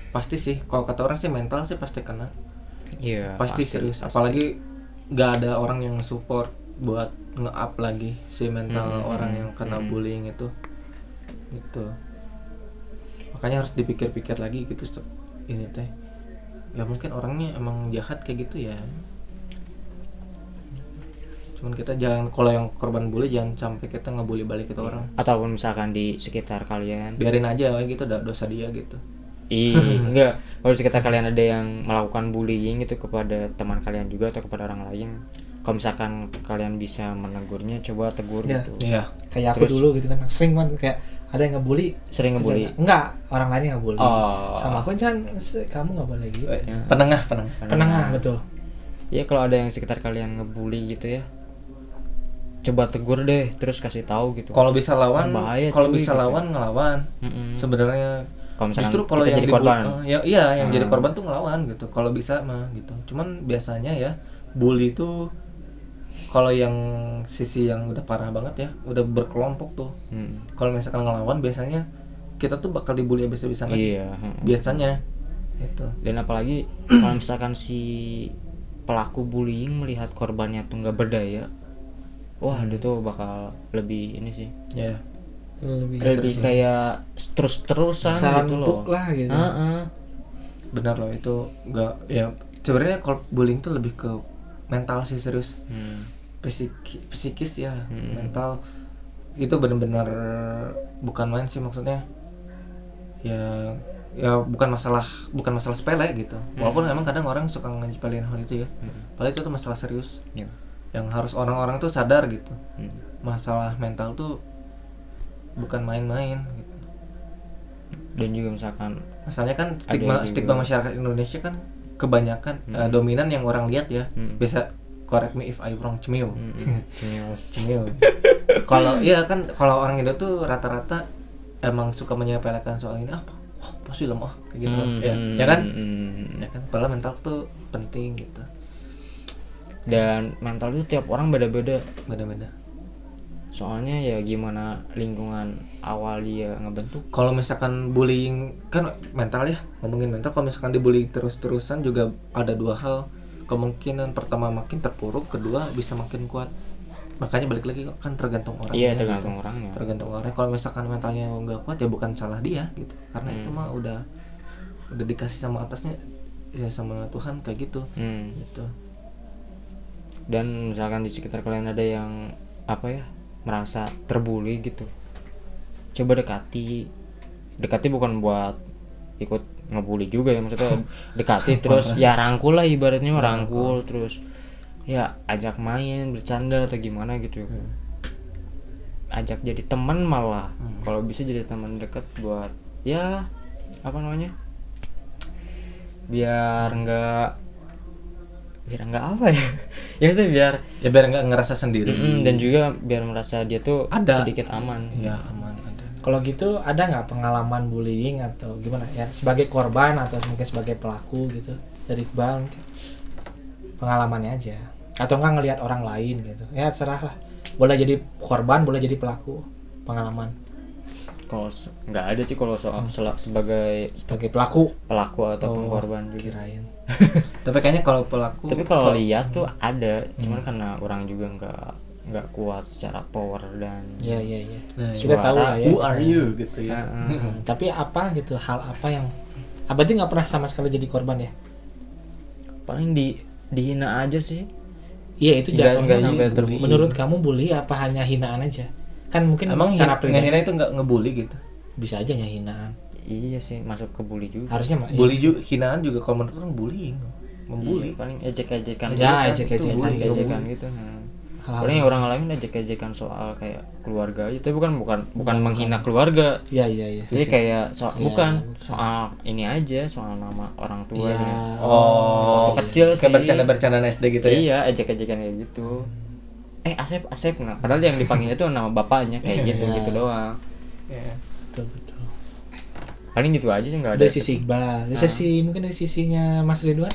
[SPEAKER 2] pasti sih kalau kata orang sih mental sih pasti kena
[SPEAKER 1] iya
[SPEAKER 2] pasti, serius apalagi nggak ada orang yang support buat nge-up lagi si mental
[SPEAKER 1] Hmm,
[SPEAKER 2] orang
[SPEAKER 1] hmm,
[SPEAKER 2] yang kena
[SPEAKER 1] hmm.
[SPEAKER 2] bullying itu gitu makanya harus dipikir-pikir lagi gitu Step. ini teh ya mungkin orangnya emang jahat kayak gitu ya cuman kita jangan kalau yang korban bully jangan sampai kita ngebully balik itu orang
[SPEAKER 1] ataupun misalkan di sekitar kalian
[SPEAKER 2] biarin aja kayak gitu da- dosa dia gitu
[SPEAKER 1] Ih, enggak. Kalau di sekitar kalian ada yang melakukan bullying itu kepada teman kalian juga atau kepada orang lain, kalau misalkan kalian bisa menegurnya, coba tegur
[SPEAKER 3] Ya.
[SPEAKER 1] gitu.
[SPEAKER 2] iya
[SPEAKER 3] kayak aku
[SPEAKER 1] Terus?
[SPEAKER 3] dulu gitu kan sering banget kayak ada yang ngebully
[SPEAKER 1] Sering ngebully.
[SPEAKER 3] enggak orang lain yang ngebully
[SPEAKER 1] Oh.
[SPEAKER 3] sama aku jangan se- kamu nggak boleh gitu
[SPEAKER 2] Eh,
[SPEAKER 1] Ya.
[SPEAKER 2] penengah penengah
[SPEAKER 3] penengah betul
[SPEAKER 1] Ya kalau ada yang sekitar kalian ngebully gitu ya, coba tegur deh, terus kasih tahu gitu.
[SPEAKER 2] kalau bisa lawan
[SPEAKER 1] Bahaya,
[SPEAKER 2] kalau
[SPEAKER 1] cuy, gitu.
[SPEAKER 2] bisa
[SPEAKER 1] Hmm.
[SPEAKER 2] lawan ngelawan
[SPEAKER 1] Mm-mm.
[SPEAKER 2] sebenarnya
[SPEAKER 1] Kalau misalkan
[SPEAKER 2] justru kalau
[SPEAKER 1] kita
[SPEAKER 2] yang
[SPEAKER 1] jadi
[SPEAKER 2] dibu-
[SPEAKER 1] korban.
[SPEAKER 2] eh, ya, iya yang jadi
[SPEAKER 1] Hmm.
[SPEAKER 2] korban tuh ngelawan gitu kalau bisa mah gitu cuman biasanya ya bully tuh kalau yang sisi yang udah parah banget ya udah berkelompok tuh
[SPEAKER 1] Mm.
[SPEAKER 2] kalau misalkan ngelawan biasanya kita tuh bakal dibully abis-abisan lagi
[SPEAKER 1] Iya. mm-mm.
[SPEAKER 2] biasanya gitu
[SPEAKER 1] Dan apalagi kalau misalkan si pelaku bullying melihat korbannya tuh nggak berdaya, wah dia tuh bakal lebih ini sih
[SPEAKER 2] ya
[SPEAKER 3] lebih
[SPEAKER 1] lebih kayak terus terusan
[SPEAKER 3] saran
[SPEAKER 1] gitu loh
[SPEAKER 3] empuk lah gitu
[SPEAKER 1] Heeh.
[SPEAKER 2] benar loh itu nggak ya sebenarnya kalau bullying tuh lebih ke mental sih serius
[SPEAKER 1] Hmm.
[SPEAKER 2] psiki, psikis ya
[SPEAKER 1] Mm-mm.
[SPEAKER 2] mental itu benar-benar bukan main sih maksudnya ya ya bukan masalah bukan masalah sepele gitu walaupun emang kadang orang suka ngejepelin hal itu ya
[SPEAKER 1] Mm.
[SPEAKER 2] padahal itu tuh masalah serius
[SPEAKER 1] Ya.
[SPEAKER 2] yang harus orang-orang tuh sadar gitu
[SPEAKER 1] Hmm.
[SPEAKER 2] masalah mental tuh bukan main-main gitu.
[SPEAKER 1] dan juga misalkan
[SPEAKER 2] masalahnya kan stigma
[SPEAKER 1] yang
[SPEAKER 2] stigma
[SPEAKER 1] juga-
[SPEAKER 2] masyarakat Indonesia kan kebanyakan
[SPEAKER 1] Mm.
[SPEAKER 2] eh, dominan yang orang lihat ya
[SPEAKER 1] Mm.
[SPEAKER 2] bisa correct me if I wrong cemil
[SPEAKER 1] Mm-mm. cemil.
[SPEAKER 2] Iya. kalau
[SPEAKER 1] Hmm.
[SPEAKER 2] iya kan kalau orang Indo tuh rata-rata emang suka menyepelekan soal ini apa? Wah, pasti lemah kayak gitu.
[SPEAKER 1] Hmm,
[SPEAKER 2] Ya, ya kan?
[SPEAKER 1] hmm.
[SPEAKER 2] Ya kan? Padahal mental tuh penting gitu.
[SPEAKER 1] dan mental itu tiap orang beda-beda
[SPEAKER 2] Beda-beda.
[SPEAKER 1] soalnya ya gimana lingkungan awal dia ngebentuk
[SPEAKER 2] Kalau misalkan bullying kan mental ya, ngomongin mental kalau misalkan dibully terus-terusan juga ada dua hal. Kemungkinan pertama makin terpuruk, kedua bisa makin kuat. Makanya balik lagi kan tergantung orang.
[SPEAKER 1] iya tergantung orangnya
[SPEAKER 2] tergantung orang kalau misalkan mentalnya nggak kuat ya bukan salah dia gitu karena itu
[SPEAKER 1] Hmm.
[SPEAKER 2] mah udah udah dikasih sama atasnya ya sama Tuhan kayak gitu
[SPEAKER 1] Hmm.
[SPEAKER 2] gitu
[SPEAKER 1] dan misalkan di sekitar kalian ada yang apa ya merasa terbully gitu coba dekati dekati bukan buat ikut ngebully juga ya maksudnya dekati terus ya rangkul lah ibaratnya mah, rangkul terus ya ajak main bercanda atau gimana gitu ajak jadi teman malah
[SPEAKER 2] Hmm.
[SPEAKER 1] kalau bisa jadi teman dekat buat ya apa namanya biar nggak biar nggak apa ya ya maksudnya biar
[SPEAKER 2] ya biar nggak ngerasa sendiri
[SPEAKER 1] Mm-mm, dan juga biar merasa dia tuh
[SPEAKER 2] Ada.
[SPEAKER 1] sedikit aman
[SPEAKER 2] Hmm, ya aman ada
[SPEAKER 3] kalau gitu ada nggak pengalaman bullying atau gimana ya sebagai korban atau mungkin sebagai pelaku gitu dari bang pengalamannya aja atau nggak ngelihat orang lain gitu ya serah lah boleh jadi korban boleh jadi pelaku pengalaman
[SPEAKER 1] kalau se- nggak ada sih kalau soal sela- sebagai
[SPEAKER 3] sebagai pelaku
[SPEAKER 1] pelaku atau
[SPEAKER 2] Oh,
[SPEAKER 1] pengorban juga
[SPEAKER 3] kirain
[SPEAKER 2] tapi kayaknya kalau Nah, pelaku
[SPEAKER 1] tapi kalau Hmm. lihat tuh ada cuman karena orang juga nggak nggak kuat secara power dan Iya.
[SPEAKER 3] ya ya ya
[SPEAKER 2] Nah,
[SPEAKER 3] sudah
[SPEAKER 1] suara.
[SPEAKER 3] tahu lah ya
[SPEAKER 2] who are you gitu ya
[SPEAKER 1] Heeh.
[SPEAKER 3] Hmm, tapi apa gitu hal apa yang ah, berarti nggak pernah sama sekali jadi korban ya
[SPEAKER 1] paling di dihina aja sih
[SPEAKER 3] Iya itu
[SPEAKER 1] Enggak- enggak
[SPEAKER 3] jatuhnya.
[SPEAKER 1] sampai terbully.
[SPEAKER 3] Menurut kamu bully apa hanya hinaan aja? Kan mungkin
[SPEAKER 2] Emang
[SPEAKER 3] secara
[SPEAKER 2] hina,
[SPEAKER 3] pribadi
[SPEAKER 2] ngehina itu nggak ngebully gitu.
[SPEAKER 3] bisa aja hanya hinaan.
[SPEAKER 1] iya sih masuk ke bully juga
[SPEAKER 3] Harusnya mah. iya.
[SPEAKER 2] Bully juga hinaan juga kalau menurut orang bullying,
[SPEAKER 1] Iya,
[SPEAKER 2] membully.
[SPEAKER 1] paling ejek-ejekan
[SPEAKER 3] Ya,
[SPEAKER 1] gitu kan,
[SPEAKER 3] ejek-ejekan,
[SPEAKER 1] itu bully, ejekan
[SPEAKER 3] bully.
[SPEAKER 1] gitu nah.
[SPEAKER 3] Hal-hal
[SPEAKER 1] paling
[SPEAKER 3] yang-
[SPEAKER 1] orang lain ejek-ejekan soal kayak keluarga aja tapi bukan bukan bukan menghina keluarga
[SPEAKER 3] Iya iya iya.
[SPEAKER 1] jadi kayak soal
[SPEAKER 3] Iya,
[SPEAKER 1] bukan
[SPEAKER 3] bukan.
[SPEAKER 1] soal ini aja soal nama orang tua
[SPEAKER 3] Iya.
[SPEAKER 1] gitu.
[SPEAKER 2] Oh,
[SPEAKER 1] Waktu kecil sih.
[SPEAKER 2] kayak bercanda-bercandaan SD gitu ya.
[SPEAKER 1] iya ejek-ejekan kayak gitu eh Asep Asep nah padahal yang dipanggil itu nama bapaknya kayak gitu
[SPEAKER 3] Iya.
[SPEAKER 1] gitu doang
[SPEAKER 2] Iya.
[SPEAKER 3] Betul betul.
[SPEAKER 1] paling gitu aja sih nggak ada
[SPEAKER 3] Dari sisi Iqbal, dari sisi mungkin dari sisinya Mas Ridwan.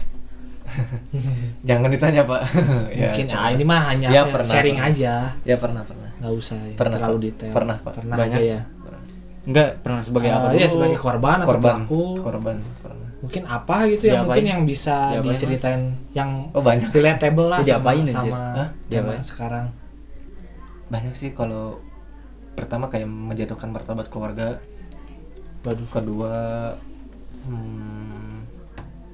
[SPEAKER 2] Jangan ditanya, Pak. Ya.
[SPEAKER 3] mungkin ah ini mah hanya
[SPEAKER 2] Ya,
[SPEAKER 3] apa ya,
[SPEAKER 2] pernah,
[SPEAKER 3] sharing
[SPEAKER 2] pernah.
[SPEAKER 3] aja.
[SPEAKER 2] Ya pernah, pernah.
[SPEAKER 3] Nggak usah ya,
[SPEAKER 2] Pernah,
[SPEAKER 3] terlalu
[SPEAKER 2] Pak.
[SPEAKER 3] detail.
[SPEAKER 2] Pernah, Pak.
[SPEAKER 3] Pernah
[SPEAKER 1] Banyak.
[SPEAKER 3] aja ya.
[SPEAKER 2] Pernah.
[SPEAKER 1] nggak pernah sebagai apa
[SPEAKER 3] Eh,
[SPEAKER 1] dulu
[SPEAKER 3] Iya sebagai korban,
[SPEAKER 2] Korban,
[SPEAKER 3] atau pelaku.
[SPEAKER 2] korban, pernah.
[SPEAKER 3] Mungkin apa gitu ya
[SPEAKER 1] Diapain?
[SPEAKER 3] mungkin yang bisa
[SPEAKER 1] Diapain,
[SPEAKER 3] dia
[SPEAKER 1] Mas?
[SPEAKER 3] ceritain yang
[SPEAKER 2] Oh, banyak.
[SPEAKER 3] relatable lah
[SPEAKER 1] Ya,
[SPEAKER 3] sama,
[SPEAKER 1] diapain aja?
[SPEAKER 3] sama
[SPEAKER 2] Hah?
[SPEAKER 3] zaman
[SPEAKER 1] Diapain?
[SPEAKER 3] sekarang.
[SPEAKER 2] Banyak sih kalau pertama kayak menjatuhkan martabat keluarga,
[SPEAKER 3] Waduh.
[SPEAKER 2] kedua hmm,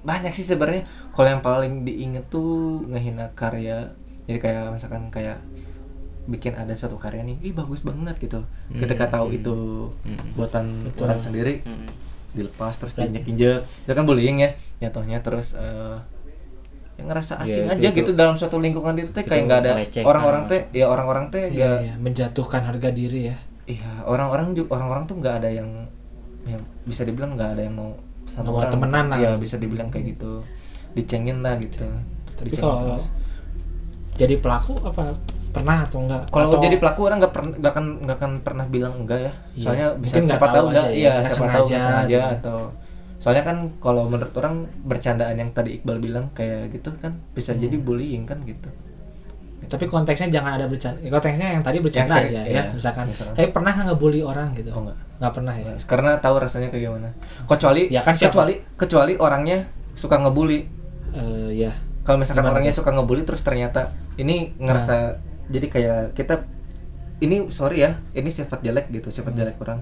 [SPEAKER 2] banyak sih sebenarnya kalau yang paling diinget tuh ngehina karya jadi kayak misalkan kayak bikin ada satu karya nih ih bagus banget gitu
[SPEAKER 1] Hmm.
[SPEAKER 2] ketika tahu
[SPEAKER 1] Hmm.
[SPEAKER 2] itu
[SPEAKER 1] Hmm.
[SPEAKER 2] buatan
[SPEAKER 3] Betul.
[SPEAKER 2] orang sendiri
[SPEAKER 1] Mm-mm.
[SPEAKER 2] dilepas terus
[SPEAKER 3] Berarti-
[SPEAKER 2] diinjek injek itu kan bullying ya jatuhnya terus eh, yang
[SPEAKER 1] Iya,
[SPEAKER 2] ngerasa asing
[SPEAKER 1] itu-
[SPEAKER 2] aja
[SPEAKER 1] itu-
[SPEAKER 2] gitu dalam suatu lingkungan itu teh
[SPEAKER 1] itu
[SPEAKER 2] kayak nggak ada
[SPEAKER 1] melecehkan.
[SPEAKER 2] orang-orang teh ya orang-orang teh
[SPEAKER 3] nah. Iya,
[SPEAKER 2] nggak
[SPEAKER 3] iya, menjatuhkan harga diri ya.
[SPEAKER 2] Iya, orang-orang juga orang-orang tuh nggak ada yang yang bisa dibilang nggak ada yang mau
[SPEAKER 3] Nggak
[SPEAKER 2] sama
[SPEAKER 3] mau
[SPEAKER 2] orang.
[SPEAKER 3] temenan lah.
[SPEAKER 2] Iya, bisa dibilang kayak gitu. Dicengin lah gitu.
[SPEAKER 3] Iya. Tapi
[SPEAKER 2] Dicengin
[SPEAKER 3] kalau
[SPEAKER 2] terus.
[SPEAKER 3] jadi pelaku apa pernah atau enggak?
[SPEAKER 2] kalau
[SPEAKER 3] Atau-
[SPEAKER 2] jadi pelaku orang nggak pernah nggak akan nggak akan pernah bilang enggak ya.
[SPEAKER 3] Iya,
[SPEAKER 2] Soalnya bisa
[SPEAKER 3] mungkin nggak
[SPEAKER 2] siapa
[SPEAKER 3] tahu
[SPEAKER 2] tahu nggak,
[SPEAKER 3] aja ya,
[SPEAKER 2] iya
[SPEAKER 3] nggak
[SPEAKER 2] siapa tahu nggak
[SPEAKER 3] sengaja
[SPEAKER 2] sengaja
[SPEAKER 3] gitu.
[SPEAKER 2] atau soalnya kan kalau menurut orang bercandaan yang tadi Iqbal bilang kayak gitu kan bisa jadi bullying kan gitu.
[SPEAKER 3] Hmm. tapi konteksnya jangan ada bercanda. Ya, Konteksnya yang tadi bercanda
[SPEAKER 2] Yang seri-
[SPEAKER 3] aja
[SPEAKER 2] iya,
[SPEAKER 3] ya, misalkan.
[SPEAKER 2] misalkan.
[SPEAKER 3] Tapi pernah nggak ngebully orang gitu?
[SPEAKER 2] Oh, nggak.
[SPEAKER 3] Nggak pernah ya.
[SPEAKER 2] Karena tahu rasanya kayak gimana. Kecuali
[SPEAKER 3] Ya kan, siapa-
[SPEAKER 2] kecuali kecuali orangnya suka ngebully.
[SPEAKER 3] Eh ya.
[SPEAKER 2] kalau misalkan
[SPEAKER 3] Gimana
[SPEAKER 2] orangnya
[SPEAKER 3] tuh? Nah.
[SPEAKER 2] suka ngebully terus ternyata ini ngerasa jadi kayak kita ini sorry ya ini sifat jelek gitu sifat
[SPEAKER 3] Hmm.
[SPEAKER 2] jelek orang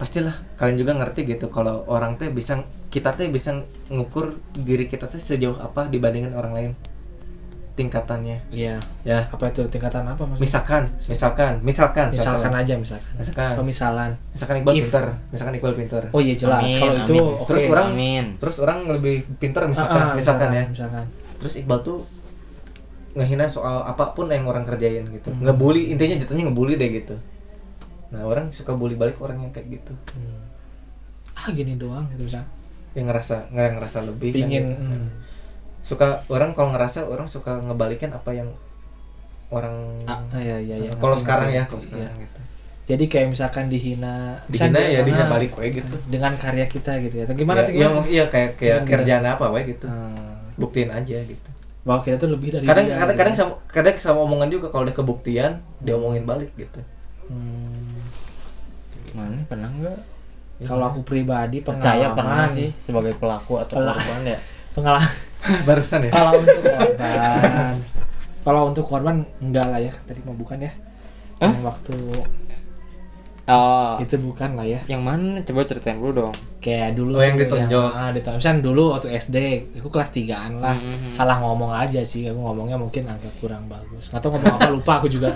[SPEAKER 2] pastilah kalian juga ngerti gitu kalau orang teh bisa kita teh bisa ngukur diri kita teh sejauh apa dibandingkan orang lain tingkatannya
[SPEAKER 3] Iya.
[SPEAKER 2] ya
[SPEAKER 3] Apa itu tingkatan apa maksudnya?
[SPEAKER 2] misalkan misalkan misalkan
[SPEAKER 3] Misalkan
[SPEAKER 2] contoh.
[SPEAKER 3] aja misalkan.
[SPEAKER 2] misalkan
[SPEAKER 3] Pemisalan.
[SPEAKER 2] misalkan Iqbal
[SPEAKER 3] If.
[SPEAKER 2] pinter misalkan Iqbal pinter
[SPEAKER 3] Oh iya jelas.
[SPEAKER 1] Amin,
[SPEAKER 3] Kalau itu
[SPEAKER 1] amin.
[SPEAKER 3] oke.
[SPEAKER 2] terus orang
[SPEAKER 1] amin.
[SPEAKER 2] terus orang lebih pinter
[SPEAKER 3] Ah, ah,
[SPEAKER 2] misalkan misalkan ya
[SPEAKER 3] Misalkan.
[SPEAKER 2] terus Iqbal tuh ngehina soal apapun yang orang kerjain gitu
[SPEAKER 3] Hmm.
[SPEAKER 2] ngebully intinya jatuhnya ngebully deh gitu nah orang suka bully balik orang yang kayak gitu
[SPEAKER 3] Hmm. Ah gini doang gitu misalkan.
[SPEAKER 2] yang ngerasa nggak ngerasa lebih kan
[SPEAKER 3] Pingin.
[SPEAKER 2] gitu.
[SPEAKER 3] hmm.
[SPEAKER 2] suka orang kalau ngerasa orang suka ngebalikin apa yang orang
[SPEAKER 3] Ah, iya iya iya.
[SPEAKER 2] kalau
[SPEAKER 3] Ngerti,
[SPEAKER 2] sekarang ya
[SPEAKER 3] ngerti.
[SPEAKER 2] kalau
[SPEAKER 3] Iya.
[SPEAKER 2] sekarang gitu
[SPEAKER 3] Jadi kayak misalkan dihina.
[SPEAKER 2] dihina
[SPEAKER 3] misalkan
[SPEAKER 2] ya dihina
[SPEAKER 3] ah,
[SPEAKER 2] balik we gitu
[SPEAKER 3] Dengan karya kita gitu ya. Atau gimana?
[SPEAKER 2] Ya,
[SPEAKER 3] tuh,
[SPEAKER 2] ya,
[SPEAKER 3] gimana?
[SPEAKER 2] iya kayak kayak
[SPEAKER 3] Gimana,
[SPEAKER 2] kerjaan apa we gitu
[SPEAKER 3] Ah,
[SPEAKER 2] buktiin aja gitu
[SPEAKER 3] bahwa kita tuh lebih dari
[SPEAKER 2] kadang
[SPEAKER 3] dia, Hmm.
[SPEAKER 2] kadang
[SPEAKER 3] gitu.
[SPEAKER 2] kadang sama kadang sama omongan juga kalau udah kebuktian diomongin balik gitu
[SPEAKER 3] Hmm.
[SPEAKER 1] mana pernah nggak
[SPEAKER 2] Ya.
[SPEAKER 3] Kalau aku pribadi
[SPEAKER 1] percaya
[SPEAKER 3] pengalaman-
[SPEAKER 1] pernah sih sebagai pelaku atau
[SPEAKER 3] Pelah.
[SPEAKER 1] korban ya
[SPEAKER 3] Pengalaman
[SPEAKER 2] barusan ya
[SPEAKER 3] kalau untuk korban kalau untuk korban enggak lah ya tadi mah bukan ya
[SPEAKER 1] Hah?
[SPEAKER 3] yang waktu
[SPEAKER 1] oh
[SPEAKER 3] itu bukan lah ya
[SPEAKER 1] yang mana coba ceritain dulu dong
[SPEAKER 3] kayak
[SPEAKER 2] Oh,
[SPEAKER 3] dulu
[SPEAKER 2] yang
[SPEAKER 3] tuh
[SPEAKER 2] ditonjol.
[SPEAKER 3] ah, ditonjol Misalnya dulu waktu SD aku kelas 3an lah
[SPEAKER 1] Mhm.
[SPEAKER 2] Hmm.
[SPEAKER 3] salah ngomong aja sih aku ngomongnya mungkin agak kurang bagus atau ngomong apa lupa aku juga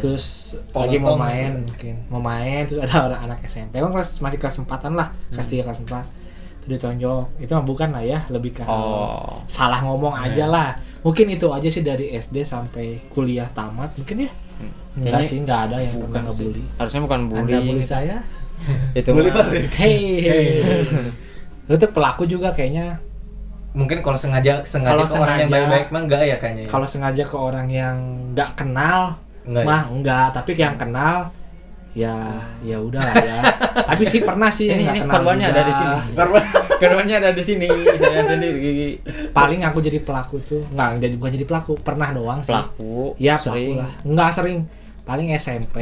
[SPEAKER 3] terus lagi
[SPEAKER 2] Potong.
[SPEAKER 3] mau main mungkin mau main terus ada orang anak SMP kan kelas masih kelas empatan lah kelas
[SPEAKER 1] Hmm.
[SPEAKER 3] tiga kelas empat itu ditonjol itu mah bukan lah ya lebih ke hal
[SPEAKER 1] oh
[SPEAKER 3] salah ngomong aja lah mungkin itu aja sih dari SD sampai kuliah tamat mungkin ya enggak
[SPEAKER 1] Hmm. Kayaknya
[SPEAKER 3] sih enggak ada yang
[SPEAKER 1] bukan
[SPEAKER 3] pernah
[SPEAKER 1] sih.
[SPEAKER 3] ngebully
[SPEAKER 1] harusnya bukan
[SPEAKER 3] anda bully
[SPEAKER 1] bullying
[SPEAKER 3] saya
[SPEAKER 1] itu
[SPEAKER 2] Bully
[SPEAKER 1] mah.
[SPEAKER 2] balik.
[SPEAKER 3] hei itu pelaku juga kayaknya
[SPEAKER 2] mungkin kalau sengaja sengaja
[SPEAKER 3] Kalau
[SPEAKER 2] ke orang yang
[SPEAKER 3] sengaja-
[SPEAKER 2] baik-baik mah enggak ya kayaknya
[SPEAKER 1] Iya.
[SPEAKER 2] ya?
[SPEAKER 3] kalau sengaja ke orang yang nggak kenal
[SPEAKER 2] enggak ya?
[SPEAKER 3] mah enggak tapi yang kenal ya ya udah lah ya tapi sih pernah sih yang
[SPEAKER 1] ini
[SPEAKER 3] Iya, nggak
[SPEAKER 1] ini
[SPEAKER 3] kenal
[SPEAKER 1] korbannya
[SPEAKER 3] juga.
[SPEAKER 1] ada di sini korbannya ada di sini saya sendiri
[SPEAKER 3] paling aku jadi pelaku tuh nggak jadi bukan jadi pelaku pernah doang sih
[SPEAKER 1] pelaku
[SPEAKER 3] ya
[SPEAKER 1] sering
[SPEAKER 3] pelaku lah nggak sering paling SMP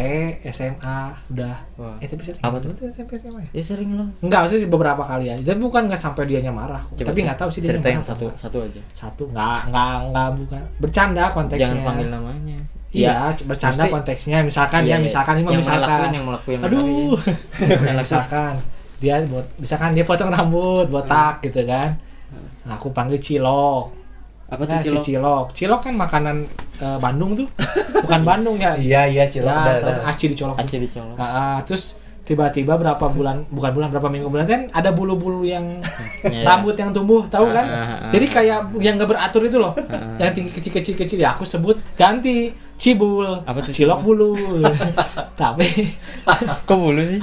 [SPEAKER 3] SMA udah
[SPEAKER 1] Wah.
[SPEAKER 3] eh tapi sering
[SPEAKER 1] Apa tuh?
[SPEAKER 3] Betul, SMP SMA ya
[SPEAKER 1] ya sering lah
[SPEAKER 3] nggak maksudnya sih beberapa kali aja tapi bukan nggak sampai dianya marah kok.
[SPEAKER 1] Coba
[SPEAKER 3] tapi nggak tahu sih dia
[SPEAKER 1] cerita yang
[SPEAKER 3] marah atau
[SPEAKER 1] satu
[SPEAKER 3] nggak.
[SPEAKER 1] satu aja
[SPEAKER 3] satu nggak nggak nggak bukan bercanda konteksnya
[SPEAKER 1] jangan panggil namanya
[SPEAKER 3] Iya, bercanda
[SPEAKER 1] Mesti-
[SPEAKER 3] konteksnya misalkan
[SPEAKER 1] Iya,
[SPEAKER 3] ya,
[SPEAKER 1] iya.
[SPEAKER 3] misalkan ini mah
[SPEAKER 1] Yang
[SPEAKER 3] misalkan.
[SPEAKER 1] ngelakuin, yang ngelakuin, yang
[SPEAKER 3] Aduh.
[SPEAKER 1] ngelakuin.
[SPEAKER 3] Yang misalkan dia
[SPEAKER 1] Hmm.
[SPEAKER 3] buat misalkan dia potong rambut botak gitu kan. Nah, aku panggil cilok.
[SPEAKER 1] apa tuh
[SPEAKER 3] Nah, si
[SPEAKER 1] cilok
[SPEAKER 3] cilok. Cilok kan makanan eh, Bandung tuh. Bukan Bandung ya.
[SPEAKER 2] Iya iya cilok
[SPEAKER 3] Ya,
[SPEAKER 2] dah,
[SPEAKER 3] tau,
[SPEAKER 2] dah.
[SPEAKER 3] aci dicolok.
[SPEAKER 1] aci dicolok
[SPEAKER 3] Ah, ah, terus tiba-tiba berapa bulan bukan bulan berapa minggu kemudian kan ada bulu-bulu yang
[SPEAKER 1] Iya.
[SPEAKER 3] rambut yang tumbuh tahu kan
[SPEAKER 1] Ah, ah, ah.
[SPEAKER 3] jadi kayak yang nggak beratur itu loh yang tinggi kecil-kecil kecil ya aku sebut ganti cibul
[SPEAKER 1] Apa tuh
[SPEAKER 3] cilok bulu tapi
[SPEAKER 1] kok bulu sih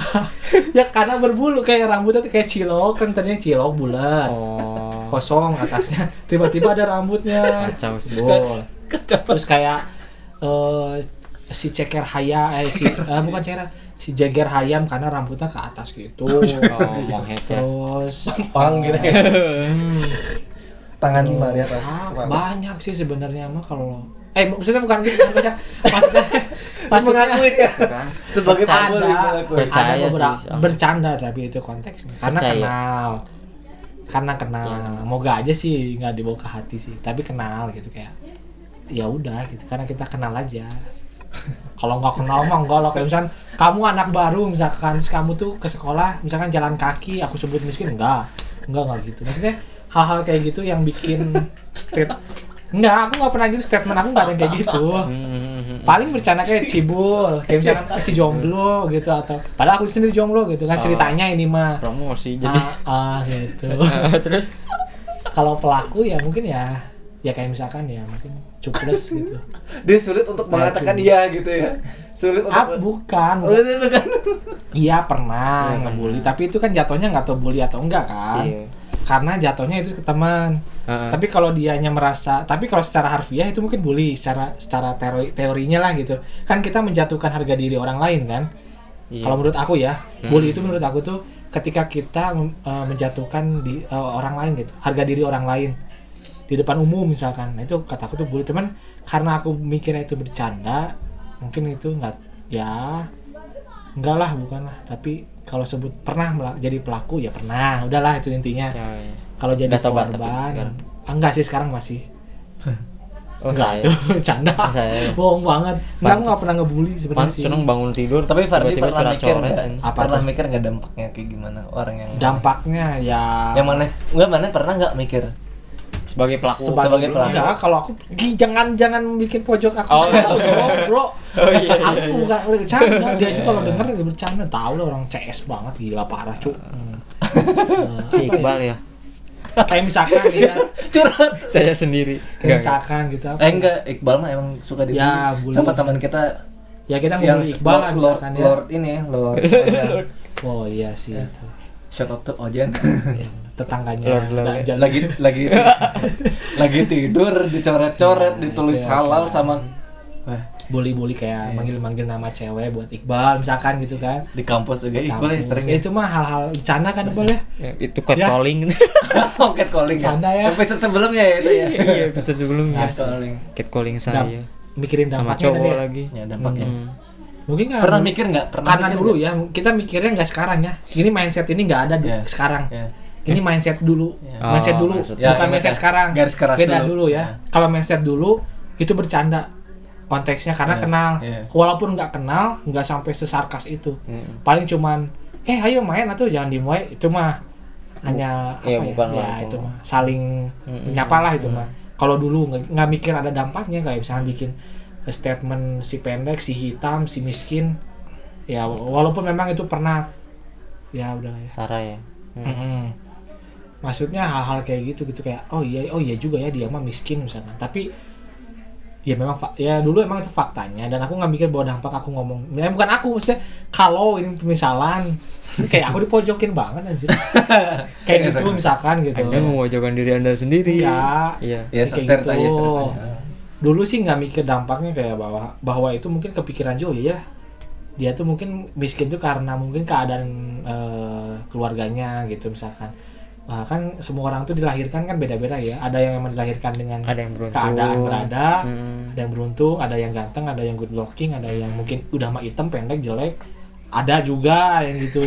[SPEAKER 3] ya karena berbulu kayak rambutnya tuh kayak cilok kan tadinya cilok bulat
[SPEAKER 1] oh
[SPEAKER 3] kosong atasnya tiba-tiba ada rambutnya
[SPEAKER 1] kacau sih
[SPEAKER 3] Bol. Oh. terus kayak eh, si ceker hayam eh si eh, bukan ceker si jeger hayam karena rambutnya ke atas gitu
[SPEAKER 1] oh mohet ya
[SPEAKER 3] terus
[SPEAKER 2] Orang gitu ya.
[SPEAKER 3] Hmm.
[SPEAKER 2] Tangan di Maria pas.
[SPEAKER 3] ah, banyak sih sebenarnya mah kalau eh maksudnya bukan gitu bukan banyak maksudnya maksudnya
[SPEAKER 2] mengakui dia
[SPEAKER 1] Bukan.
[SPEAKER 2] sebagai
[SPEAKER 1] Bercanda.
[SPEAKER 2] pembuli mengakui.
[SPEAKER 1] Bercanda. Percaya
[SPEAKER 3] ada beberapa-
[SPEAKER 1] sih, Om.
[SPEAKER 3] bercanda tapi itu konteksnya karena
[SPEAKER 1] Percaya.
[SPEAKER 3] kenal karena kenal
[SPEAKER 1] Iya, kenal.
[SPEAKER 3] moga aja sih nggak dibawa ke hati sih tapi kenal gitu kayak ya udah gitu karena kita kenal aja kalau nggak kenal mah enggak lah kayak misalkan kamu anak baru misalkan terus kamu tuh ke sekolah misalkan jalan kaki aku sebut miskin enggak enggak enggak gitu maksudnya hal-hal kayak gitu yang bikin state enggak aku nggak pernah gitu statement aku nggak ada yang kayak gitu
[SPEAKER 1] Hmm.
[SPEAKER 3] paling bercanda kayak cibul kayak misalkan si jomblo gitu atau padahal aku sendiri jomblo gitu kan
[SPEAKER 1] Oh.
[SPEAKER 3] ceritanya ini mah
[SPEAKER 1] promosi jadi
[SPEAKER 3] ah, ah, gitu
[SPEAKER 1] Eh, terus
[SPEAKER 3] kalau pelaku ya mungkin ya ya kayak misalkan ya mungkin cuples gitu
[SPEAKER 2] Dia sulit untuk mengatakan iya gitu ya. Sulit untuk
[SPEAKER 3] ah
[SPEAKER 2] Oh,
[SPEAKER 3] bukan
[SPEAKER 2] itu tuh kan.
[SPEAKER 3] iya pernah
[SPEAKER 1] Iya,
[SPEAKER 3] ngebully
[SPEAKER 1] pernah.
[SPEAKER 3] tapi itu kan jatuhnya nggak tahu bully atau enggak kan
[SPEAKER 1] Iya.
[SPEAKER 3] karena jatuhnya itu ke teman
[SPEAKER 1] Ah.
[SPEAKER 3] tapi kalau dianya merasa tapi kalau secara harfiah itu mungkin bully secara secara teori, teorinya lah gitu kan kita menjatuhkan harga diri orang lain kan
[SPEAKER 1] Iya.
[SPEAKER 3] Kalau menurut aku ya,
[SPEAKER 1] Hmm.
[SPEAKER 3] bully itu menurut aku tuh ketika kita mm, eh, menjatuhkan di eh, orang lain gitu, harga diri orang lain di depan umum misalkan. Nah, itu kata aku tuh bully. Cuman karena aku mikirnya itu bercanda, mungkin itu nggak ya enggak lah bukan lah. Tapi kalau sebut pernah mela- jadi pelaku ya pernah. Udahlah itu intinya.
[SPEAKER 1] Ya, ya.
[SPEAKER 3] Kalau jadi
[SPEAKER 1] Udah tobat tapi
[SPEAKER 3] korban,
[SPEAKER 1] sekarang.
[SPEAKER 3] ah, enggak sih sekarang masih
[SPEAKER 1] oh
[SPEAKER 3] enggak
[SPEAKER 1] saya
[SPEAKER 3] tuh canda.
[SPEAKER 1] Oh, saya.
[SPEAKER 3] Bohong banget. Enggak aku nggak
[SPEAKER 1] Pantes.
[SPEAKER 3] pernah ngebully sebenarnya
[SPEAKER 1] Pantes
[SPEAKER 3] sih.
[SPEAKER 1] seneng bangun tidur
[SPEAKER 2] Tapi Fardi
[SPEAKER 1] tiba-tiba ya.
[SPEAKER 2] pernah mikir
[SPEAKER 1] coret-coret.
[SPEAKER 2] nggak?
[SPEAKER 3] Apa
[SPEAKER 2] Pernah
[SPEAKER 3] tuh?
[SPEAKER 2] mikir nggak dampaknya kayak gimana orang yang
[SPEAKER 3] Dampaknya ya
[SPEAKER 2] yang mana? Enggak mana pernah nggak mikir?
[SPEAKER 1] sebagai pelaku
[SPEAKER 2] Sebagai- pelaku.
[SPEAKER 3] Enggak, kalau aku Gi, jangan jangan bikin pojok aku.
[SPEAKER 1] Oh.
[SPEAKER 3] Tahu, bro, bro.
[SPEAKER 1] Oh, iya, iya,
[SPEAKER 3] aku
[SPEAKER 1] iya.
[SPEAKER 3] bukan bercanda, dia aja
[SPEAKER 1] Iya.
[SPEAKER 3] kalau denger dia bercanda. Tahu lah orang CS banget gila parah, Cuk. Hmm. Eh,
[SPEAKER 1] si
[SPEAKER 3] apa ya?
[SPEAKER 1] Iqbal ya
[SPEAKER 3] Kayak misalkan nih ya.
[SPEAKER 2] Curhat.
[SPEAKER 1] saya sendiri
[SPEAKER 3] Kayak misalkan gitu apa.
[SPEAKER 2] Eh enggak, Iqbal mah emang suka dibully
[SPEAKER 3] Ya, bully.
[SPEAKER 2] sama teman kita
[SPEAKER 3] Ya kita
[SPEAKER 2] yang
[SPEAKER 3] mau Iqbal
[SPEAKER 2] Lord,
[SPEAKER 3] lah
[SPEAKER 2] Lord,
[SPEAKER 3] misalkan ya.
[SPEAKER 2] Lord ini ya, Lord Ojan.
[SPEAKER 3] Oh iya sih itu.
[SPEAKER 2] Shout out to Ojan.
[SPEAKER 3] Ya, Tetangganya
[SPEAKER 1] Lord, Lord.
[SPEAKER 3] nggak jalan.
[SPEAKER 2] lagi lagi lagi tidur dicoret-coret ditulis
[SPEAKER 3] iya,
[SPEAKER 2] halal
[SPEAKER 3] iya.
[SPEAKER 2] sama Wah,
[SPEAKER 3] bully-bully kayak manggil-manggil nama cewek buat Iqbal misalkan gitu kan.
[SPEAKER 2] di kampus juga Iqbal ya
[SPEAKER 3] Kampus.
[SPEAKER 2] sering
[SPEAKER 3] itu mah hal-hal bercanda kan boleh.
[SPEAKER 1] Ya, itu cat
[SPEAKER 3] Ya.
[SPEAKER 1] calling
[SPEAKER 2] Oh, catcalling ya?
[SPEAKER 3] Canda ya.
[SPEAKER 2] Episode sebelumnya ya itu ya.
[SPEAKER 1] iya episode sebelumnya
[SPEAKER 2] Catcalling.
[SPEAKER 1] cat calling
[SPEAKER 3] Damp-
[SPEAKER 1] saya
[SPEAKER 3] mikirin
[SPEAKER 1] sama
[SPEAKER 3] dampaknya
[SPEAKER 1] cowok
[SPEAKER 3] tadi ya.
[SPEAKER 1] lagi
[SPEAKER 2] Ya dampaknya.
[SPEAKER 1] Hmm.
[SPEAKER 3] Mungkin nggak-
[SPEAKER 2] Pernah mikir nggak? Pernah
[SPEAKER 3] karena
[SPEAKER 2] mikir
[SPEAKER 3] dulu
[SPEAKER 2] nggak?
[SPEAKER 3] ya kita mikirnya nggak sekarang ya ini mindset ini nggak ada du-
[SPEAKER 2] Iya.
[SPEAKER 3] sekarang
[SPEAKER 2] Iya.
[SPEAKER 3] ini mindset dulu
[SPEAKER 2] Iya.
[SPEAKER 3] mindset
[SPEAKER 1] Oh,
[SPEAKER 3] dulu
[SPEAKER 1] maksudnya.
[SPEAKER 2] Ya,
[SPEAKER 3] ya. bukan
[SPEAKER 2] ingat
[SPEAKER 3] mindset
[SPEAKER 2] ya.
[SPEAKER 3] sekarang
[SPEAKER 2] Garis keras
[SPEAKER 3] beda
[SPEAKER 2] dulu.
[SPEAKER 3] dulu, ya
[SPEAKER 2] Iya.
[SPEAKER 3] kalau mindset dulu itu bercanda konteksnya karena
[SPEAKER 2] Iya,
[SPEAKER 3] kenal
[SPEAKER 2] iya.
[SPEAKER 3] walaupun nggak kenal nggak sampai sesarkas itu
[SPEAKER 1] Mm.
[SPEAKER 3] paling cuman eh ayo main atau jangan dimuai itu mah hanya
[SPEAKER 1] iya,
[SPEAKER 3] apa
[SPEAKER 1] bukan
[SPEAKER 3] ya,
[SPEAKER 1] lah itu
[SPEAKER 3] ya itu
[SPEAKER 1] mah.
[SPEAKER 3] mah saling
[SPEAKER 1] Mm-mm.
[SPEAKER 3] menyapa lah itu mah kalau dulu nggak- nggak mikir ada dampaknya kayak misalnya bikin statement si pendek si hitam si miskin ya walaupun memang itu pernah ya udah lah ya
[SPEAKER 1] Sarah ya Hmm.
[SPEAKER 3] Mm-mm. Mm-hmm. maksudnya hal-hal kayak gitu gitu kayak oh iya oh iya juga ya dia mah miskin misalkan tapi ya memang fa- ya dulu emang itu faktanya dan aku nggak mikir bahwa dampak aku ngomong ya bukan aku maksudnya kalau ini misalan kayak aku dipojokin banget anjir kayak gitu misalkan gitu
[SPEAKER 1] anda memojokkan diri anda sendiri
[SPEAKER 3] Iya.
[SPEAKER 1] iya
[SPEAKER 2] Ya, share
[SPEAKER 3] Kayak gitu.
[SPEAKER 2] aja, share aja.
[SPEAKER 3] dulu sih nggak mikir dampaknya kayak bahwa bahwa itu mungkin kepikiran juga ya dia tuh mungkin miskin tuh karena mungkin keadaan eh, keluarganya gitu misalkan Wah, kan semua orang tuh dilahirkan kan beda-beda ya ada yang emang dilahirkan dengan
[SPEAKER 1] ada yang beruntung
[SPEAKER 3] keadaan berada
[SPEAKER 1] Hmm.
[SPEAKER 3] ada yang beruntung ada yang ganteng ada yang good looking ada yang mungkin udah mah hitam pendek jelek ada juga yang gitu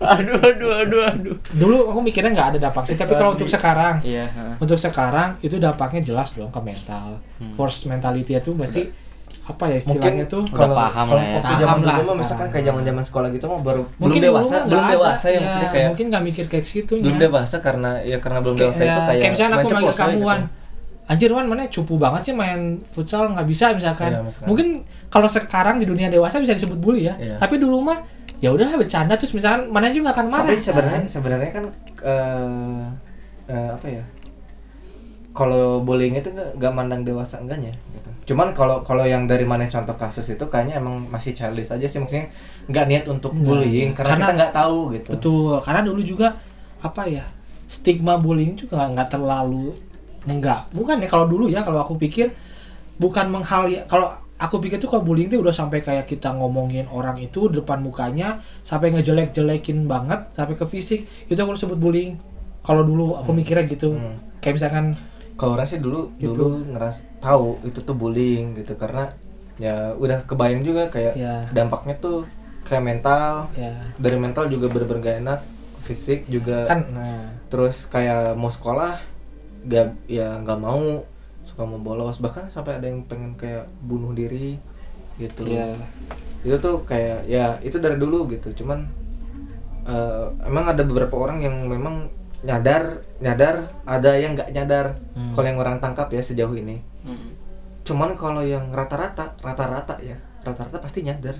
[SPEAKER 1] aduh aduh aduh aduh
[SPEAKER 3] dulu aku mikirnya nggak ada dampak sih tapi kalau untuk sekarang
[SPEAKER 1] iya heeh.
[SPEAKER 3] untuk sekarang itu dampaknya jelas dong ke mental force mentality itu pasti apa ya istilahnya tuh
[SPEAKER 1] Udah paham
[SPEAKER 2] kalau
[SPEAKER 1] lah ya.
[SPEAKER 2] waktu zaman
[SPEAKER 3] Paham lah
[SPEAKER 2] dulu mah misalkan
[SPEAKER 3] sekarang.
[SPEAKER 2] kayak zaman-zaman sekolah gitu mah baru belum
[SPEAKER 3] mungkin
[SPEAKER 2] dewasa,
[SPEAKER 3] dulu mah
[SPEAKER 2] belum
[SPEAKER 3] nggak
[SPEAKER 2] dewasa
[SPEAKER 3] ada, Iya,
[SPEAKER 2] ya maksudnya kayak
[SPEAKER 3] mungkin nggak mikir kayak situ ya.
[SPEAKER 2] belum dewasa karena ya karena belum dewasa itu kayak
[SPEAKER 3] misalnya aku
[SPEAKER 2] menceplos
[SPEAKER 3] manggil
[SPEAKER 2] aja
[SPEAKER 3] kamuan
[SPEAKER 2] gitu.
[SPEAKER 3] anjir Wan mana cupu banget sih main futsal nggak bisa misalkan.
[SPEAKER 2] Iya, misalkan.
[SPEAKER 3] Mungkin kalau sekarang di dunia dewasa bisa disebut bully ya.
[SPEAKER 2] Iya.
[SPEAKER 3] Tapi dulu mah ya udahlah bercanda terus misalkan mana juga akan marah.
[SPEAKER 2] tapi sebenarnya
[SPEAKER 3] kan.
[SPEAKER 2] sebenarnya kan eh eh, apa ya kalau bullying itu nggak nggak mandang dewasa enggaknya gitu. cuman kalau kalau yang dari mana contoh kasus itu kayaknya emang masih childish aja sih maksudnya nggak niat untuk
[SPEAKER 3] Nggak.
[SPEAKER 2] bullying karena,
[SPEAKER 3] Karena-
[SPEAKER 2] kita nggak tahu gitu
[SPEAKER 3] Betul, karena dulu juga apa ya stigma bullying juga nggak terlalu enggak. Bukan ya kalau dulu ya kalau aku pikir bukan menghal kalau aku pikir tuh kalau bullying itu udah sampai kayak kita ngomongin orang itu depan mukanya sampai ngejelek-jelekin banget sampai ke fisik itu aku sebut bullying. Kalau dulu aku mikirnya gitu.
[SPEAKER 2] Hmm.
[SPEAKER 3] Kayak misalkan
[SPEAKER 2] kalau orang sih dulu
[SPEAKER 3] Gitu.
[SPEAKER 2] dulu ngeras tahu itu tuh bullying gitu karena ya udah kebayang juga kayak
[SPEAKER 3] Ya.
[SPEAKER 2] dampaknya tuh kayak mental
[SPEAKER 3] ya
[SPEAKER 2] dari mental juga bener-bener gak enak fisik juga
[SPEAKER 3] kan nah
[SPEAKER 2] terus kayak mau sekolah gak ya nggak mau suka mau bolos bahkan sampai ada yang pengen kayak bunuh diri gitu
[SPEAKER 3] ya
[SPEAKER 2] itu tuh kayak ya itu dari dulu gitu cuman eh, emang ada beberapa orang yang memang nyadar nyadar ada yang nggak nyadar
[SPEAKER 3] Hmm.
[SPEAKER 2] kalau yang orang tangkap ya sejauh ini cuman kalau yang rata-rata rata-rata ya rata-rata pasti nyadar